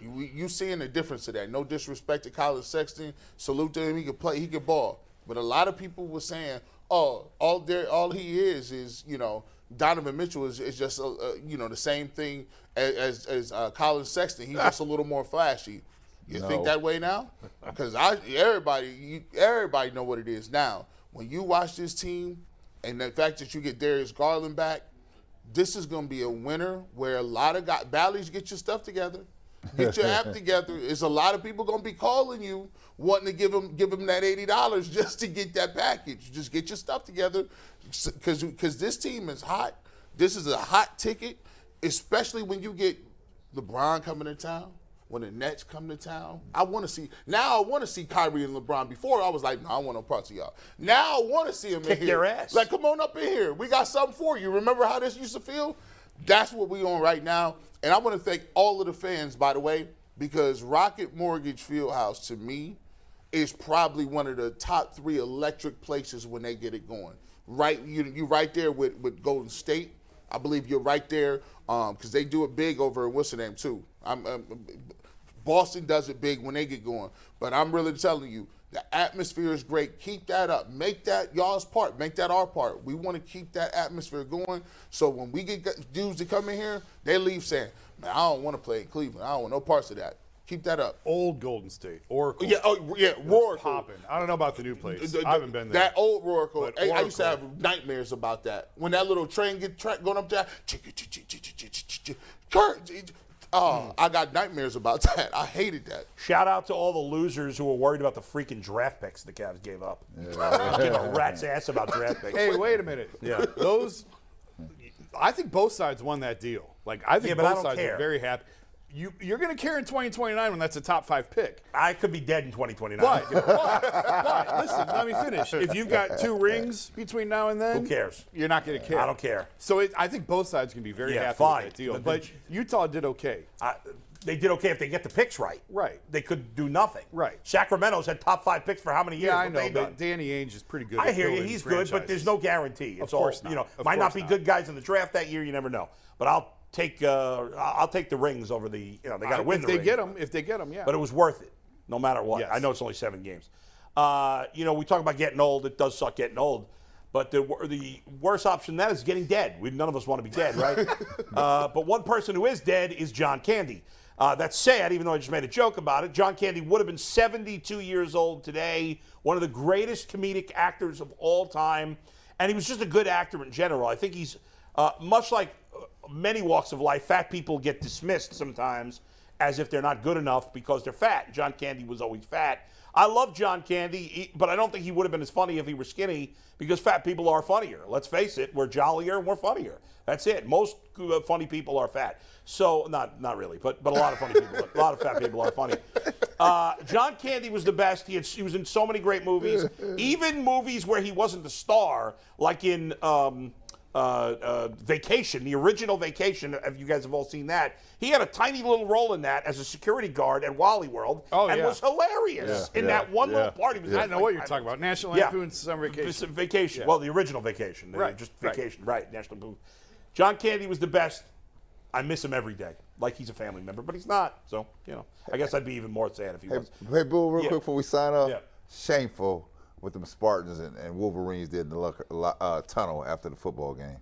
[SPEAKER 4] You, you seeing the difference of that. No disrespect to Colin Sexton. Salute to him. He could play. He could ball. But a lot of people were saying, "Oh, all there, all he is is you know Donovan Mitchell is, is just a, a, you know the same thing as as, as uh, Colin Sexton. He's just a little more flashy." You think that way now? Because I everybody you, everybody know what it is now. When you watch this team, and the fact that you get Darius Garland back, this is going to be a winter where a lot of guys, Bally's get your stuff together, get your app together. It's a lot of people going to be calling you wanting to give them give them that eighty dollars just to get that package. Just get your stuff together, because because this team is hot. This is a hot ticket, especially when you get LeBron coming to town. When the Nets come to town, I want to see. Now I want to see Kyrie and LeBron. Before I was like, no, I want no parts of y'all. Now I want to see them
[SPEAKER 1] Kick
[SPEAKER 4] in here.
[SPEAKER 1] their ass.
[SPEAKER 4] Like, come on up in here. We got something for you. Remember how this used to feel? That's what we on right now. And I want to thank all of the fans, by the way, because Rocket Mortgage Fieldhouse to me is probably one of the top three electric places when they get it going. Right, you you right there with with Golden State. I believe you're right there because they do it big over in what's the name too. I'm, i Boston does it big when they get going. But I'm really telling you, the atmosphere is great. Keep that up. Make that y'all's part. Make that our part. We want to keep that atmosphere going. So when we get gu- dudes to come in here, they leave saying, "Man, I don't want to play in Cleveland. I don't want no parts of that." Keep that up.
[SPEAKER 3] Old Golden State, Oracle.
[SPEAKER 4] Yeah, oh yeah, roar
[SPEAKER 3] popping. I don't know about the new place.
[SPEAKER 4] the- the-
[SPEAKER 3] I haven't been there.
[SPEAKER 4] That old Oracle.
[SPEAKER 3] But
[SPEAKER 4] I, I used to
[SPEAKER 3] Oracle.
[SPEAKER 4] have nightmares about that. When that little train get tra- going up there, chick- chick- chick- chick- chick- chick- chick- chick- Kurt, it- Oh, I got nightmares about that. I hated that.
[SPEAKER 1] Shout out to all the losers who were worried about the freaking draft picks the Cavs gave up. Give a rat's ass about draft picks.
[SPEAKER 3] Hey, wait a minute.
[SPEAKER 1] Yeah.
[SPEAKER 3] Those, I think both sides won that deal. Like I think
[SPEAKER 1] Yeah, but I
[SPEAKER 3] both
[SPEAKER 1] don't
[SPEAKER 3] sides
[SPEAKER 1] care.
[SPEAKER 3] are very happy. You you're gonna care in 2029 when that's a top five pick.
[SPEAKER 1] I could be dead in 2029.
[SPEAKER 3] But, but, but listen, let me finish. If you've got two rings between now and then,
[SPEAKER 1] Who cares?
[SPEAKER 3] You're not gonna care.
[SPEAKER 1] I don't care.
[SPEAKER 3] So it, I think both sides can be very
[SPEAKER 1] Yeah,
[SPEAKER 3] happy
[SPEAKER 1] fine.
[SPEAKER 3] with that deal.
[SPEAKER 1] But
[SPEAKER 3] But
[SPEAKER 1] then-
[SPEAKER 3] Utah did okay.
[SPEAKER 1] I, they did okay if they get the picks right.
[SPEAKER 3] Right.
[SPEAKER 1] They could do nothing.
[SPEAKER 3] Right.
[SPEAKER 1] Sacramento's had top five picks for how many years?
[SPEAKER 3] Yeah, I
[SPEAKER 1] What
[SPEAKER 3] know,
[SPEAKER 1] they
[SPEAKER 3] but
[SPEAKER 1] done?
[SPEAKER 3] Danny Ainge is pretty good.
[SPEAKER 1] I
[SPEAKER 3] at
[SPEAKER 1] hear you.
[SPEAKER 3] building
[SPEAKER 1] He's good, but there's
[SPEAKER 3] franchises.
[SPEAKER 1] no guarantee. It's
[SPEAKER 3] Of course
[SPEAKER 1] all you know.
[SPEAKER 3] not. Of
[SPEAKER 1] might not
[SPEAKER 3] course
[SPEAKER 1] be
[SPEAKER 3] not.
[SPEAKER 1] good guys in the draft that year. You never know. But I'll take uh, I'll I'll take the rings over the. You know, they got to win.
[SPEAKER 3] If
[SPEAKER 1] the
[SPEAKER 3] they
[SPEAKER 1] ring.
[SPEAKER 3] get him, if they get him, yeah.
[SPEAKER 1] but it was worth it, no matter what.
[SPEAKER 3] Yes.
[SPEAKER 1] I know it's only seven games. Uh, you know, we talk about getting old. It does suck getting old, but the wor- the worst option than that is getting dead. We none of us want to be dead, right? uh, but one person who is dead is John Candy. Uh, that's sad, even though I just made a joke about it. John Candy would have been 72 years old today, one of the greatest comedic actors of all time, and he was just a good actor in general. I think he's uh, much like uh, many walks of life. Fat people get dismissed sometimes as if they're not good enough because they're fat. John Candy was always fat. I love John Candy, he- but I don't think he would have been as funny if he were skinny because fat people are funnier. Let's face it, we're jollier, we're funnier. That's it. Most uh, funny people are fat. So not not really, but but a lot of funny people, a lot of fat people are funny. Uh, John Candy was the best. He, had, he was in so many great movies, even movies where he wasn't the star, like in. Um, uh, uh, Vacation, the original Vacation. If you guys have all seen that, he had a tiny little role in that as a security guard at Wally World,
[SPEAKER 3] Oh,
[SPEAKER 1] and
[SPEAKER 3] yeah.
[SPEAKER 1] was hilarious
[SPEAKER 5] Yeah,
[SPEAKER 1] in
[SPEAKER 5] yeah,
[SPEAKER 1] that one
[SPEAKER 5] yeah,
[SPEAKER 1] little part. He was.
[SPEAKER 5] yeah.
[SPEAKER 1] at,
[SPEAKER 3] I know
[SPEAKER 1] like,
[SPEAKER 3] what you're talking about. National
[SPEAKER 1] Yeah.
[SPEAKER 3] Lampoon's Summer
[SPEAKER 1] Vacation.
[SPEAKER 3] Vacation.
[SPEAKER 1] vacation.
[SPEAKER 3] Yeah.
[SPEAKER 1] Well, the original Vacation, the-
[SPEAKER 3] Right,
[SPEAKER 1] Just
[SPEAKER 3] right.
[SPEAKER 1] Vacation, right? National Lampoon. John Candy was the best. I miss him every day, like he's a family member, but he's not. So you know, I guess I'd be even more sad if he
[SPEAKER 5] Hey,
[SPEAKER 1] was.
[SPEAKER 5] hey Boo, real
[SPEAKER 1] Yeah.
[SPEAKER 5] quick before we sign off.
[SPEAKER 1] Yeah.
[SPEAKER 5] Shameful what them Spartans and, and Wolverines did in the lo- lo- uh, tunnel after the football game.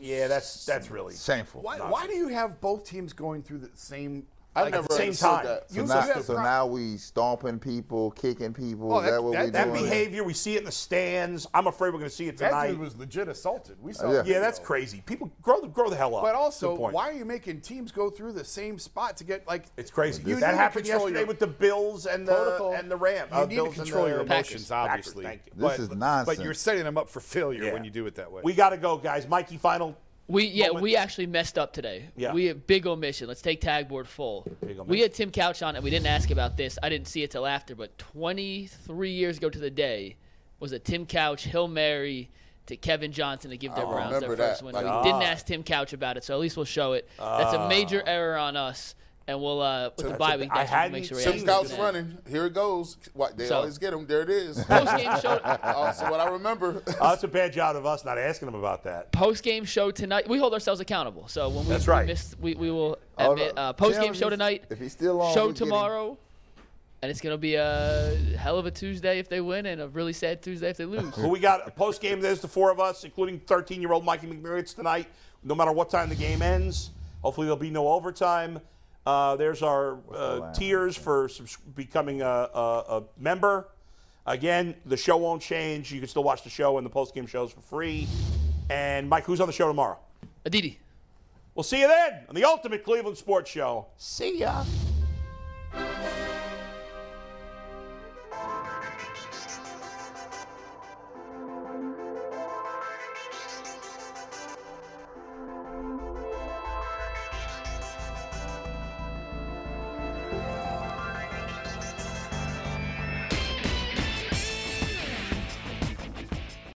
[SPEAKER 1] Yeah, that's that's really.
[SPEAKER 5] Shameful.
[SPEAKER 3] Why, why do you have both teams going through the same?
[SPEAKER 4] I
[SPEAKER 3] like,
[SPEAKER 4] never
[SPEAKER 1] same
[SPEAKER 4] understood
[SPEAKER 1] time.
[SPEAKER 4] that.
[SPEAKER 5] So,
[SPEAKER 3] You
[SPEAKER 5] now,
[SPEAKER 3] said that
[SPEAKER 5] so
[SPEAKER 3] pro-
[SPEAKER 5] now we stomping people, kicking people.
[SPEAKER 3] Oh,
[SPEAKER 5] Is
[SPEAKER 3] that-
[SPEAKER 5] that what we
[SPEAKER 3] that-
[SPEAKER 1] That
[SPEAKER 5] doing?
[SPEAKER 1] behavior, we see it in the stands. I'm afraid we're going to see it
[SPEAKER 3] That
[SPEAKER 1] tonight.
[SPEAKER 3] dude was legit assaulted. We saw.
[SPEAKER 5] Yeah.
[SPEAKER 3] the
[SPEAKER 1] yeah, that's
[SPEAKER 3] video.
[SPEAKER 1] crazy. People grow the grow the hell up.
[SPEAKER 3] But
[SPEAKER 1] Good
[SPEAKER 3] also,
[SPEAKER 1] point.
[SPEAKER 3] why are you making teams go through the same spot to get like?
[SPEAKER 1] It's crazy.
[SPEAKER 3] You need
[SPEAKER 1] that
[SPEAKER 3] to
[SPEAKER 1] happened
[SPEAKER 3] control
[SPEAKER 1] yesterday
[SPEAKER 3] your
[SPEAKER 1] with the Bills and the
[SPEAKER 3] protocol.
[SPEAKER 1] and the Rams.
[SPEAKER 3] You
[SPEAKER 1] uh,
[SPEAKER 3] need
[SPEAKER 1] Bills
[SPEAKER 3] to control
[SPEAKER 1] and the
[SPEAKER 3] your
[SPEAKER 1] Packers.
[SPEAKER 3] emotions,
[SPEAKER 1] Packers,
[SPEAKER 3] obviously.
[SPEAKER 1] thank you.
[SPEAKER 5] This
[SPEAKER 3] but,
[SPEAKER 5] is
[SPEAKER 3] But
[SPEAKER 5] nonsense.
[SPEAKER 3] you're setting them up for failure
[SPEAKER 1] Yeah.
[SPEAKER 3] when you do it that way.
[SPEAKER 1] We got to go, guys. Mikey, final.
[SPEAKER 2] We yeah,
[SPEAKER 1] Moment.
[SPEAKER 2] we actually messed up today.
[SPEAKER 1] Yeah.
[SPEAKER 2] We had big omission. Let's take tag board full. We had Tim Couch on and we didn't ask about this. I didn't see it till after, but 23 years ago to the day was a Tim Couch Hill Mary to Kevin Johnson to give their Browns their
[SPEAKER 4] remember
[SPEAKER 2] first
[SPEAKER 4] that.
[SPEAKER 2] win.
[SPEAKER 4] Like-
[SPEAKER 2] we didn't ask Tim Couch about it, so at least we'll show it. That's a major error on us, and we'll uh with the bye week
[SPEAKER 1] I
[SPEAKER 2] next week, we'll make
[SPEAKER 1] hadn't
[SPEAKER 2] sure we
[SPEAKER 1] seen
[SPEAKER 2] ask
[SPEAKER 4] Tim
[SPEAKER 2] him
[SPEAKER 4] Couch
[SPEAKER 2] to do that.
[SPEAKER 4] running. Here it goes. What they
[SPEAKER 2] So-
[SPEAKER 4] always get him. There it is.
[SPEAKER 2] Post-game show.
[SPEAKER 4] also, what I remember.
[SPEAKER 1] Uh, that's a bad job of us not asking him about that.
[SPEAKER 2] post game show tonight. We hold ourselves accountable. So when we,
[SPEAKER 1] That's
[SPEAKER 2] we
[SPEAKER 1] right.
[SPEAKER 2] miss, we, we will
[SPEAKER 5] Oh,
[SPEAKER 2] admit
[SPEAKER 5] no.
[SPEAKER 2] uh, post game
[SPEAKER 5] Challenge
[SPEAKER 2] show
[SPEAKER 5] is-
[SPEAKER 2] tonight.
[SPEAKER 5] if he's still on,
[SPEAKER 2] show
[SPEAKER 5] we'll get him.
[SPEAKER 2] tomorrow, and it's gonna be a hell of a Tuesday if they win, and a really sad Tuesday if they lose.
[SPEAKER 1] Who we got post game? There's the four of us, including 13 year old Mikey McMurrits tonight. No matter what time the game ends, hopefully there'll be no overtime. Uh, there's our uh,
[SPEAKER 5] line?
[SPEAKER 1] tiers for subs- becoming a, a, a member. Again, the show won't change. You can still watch the show and the post game shows for free. And Mike, who's on the show tomorrow?
[SPEAKER 2] Aditi.
[SPEAKER 1] We'll see you then on the Ultimate Cleveland Sports Show. See ya.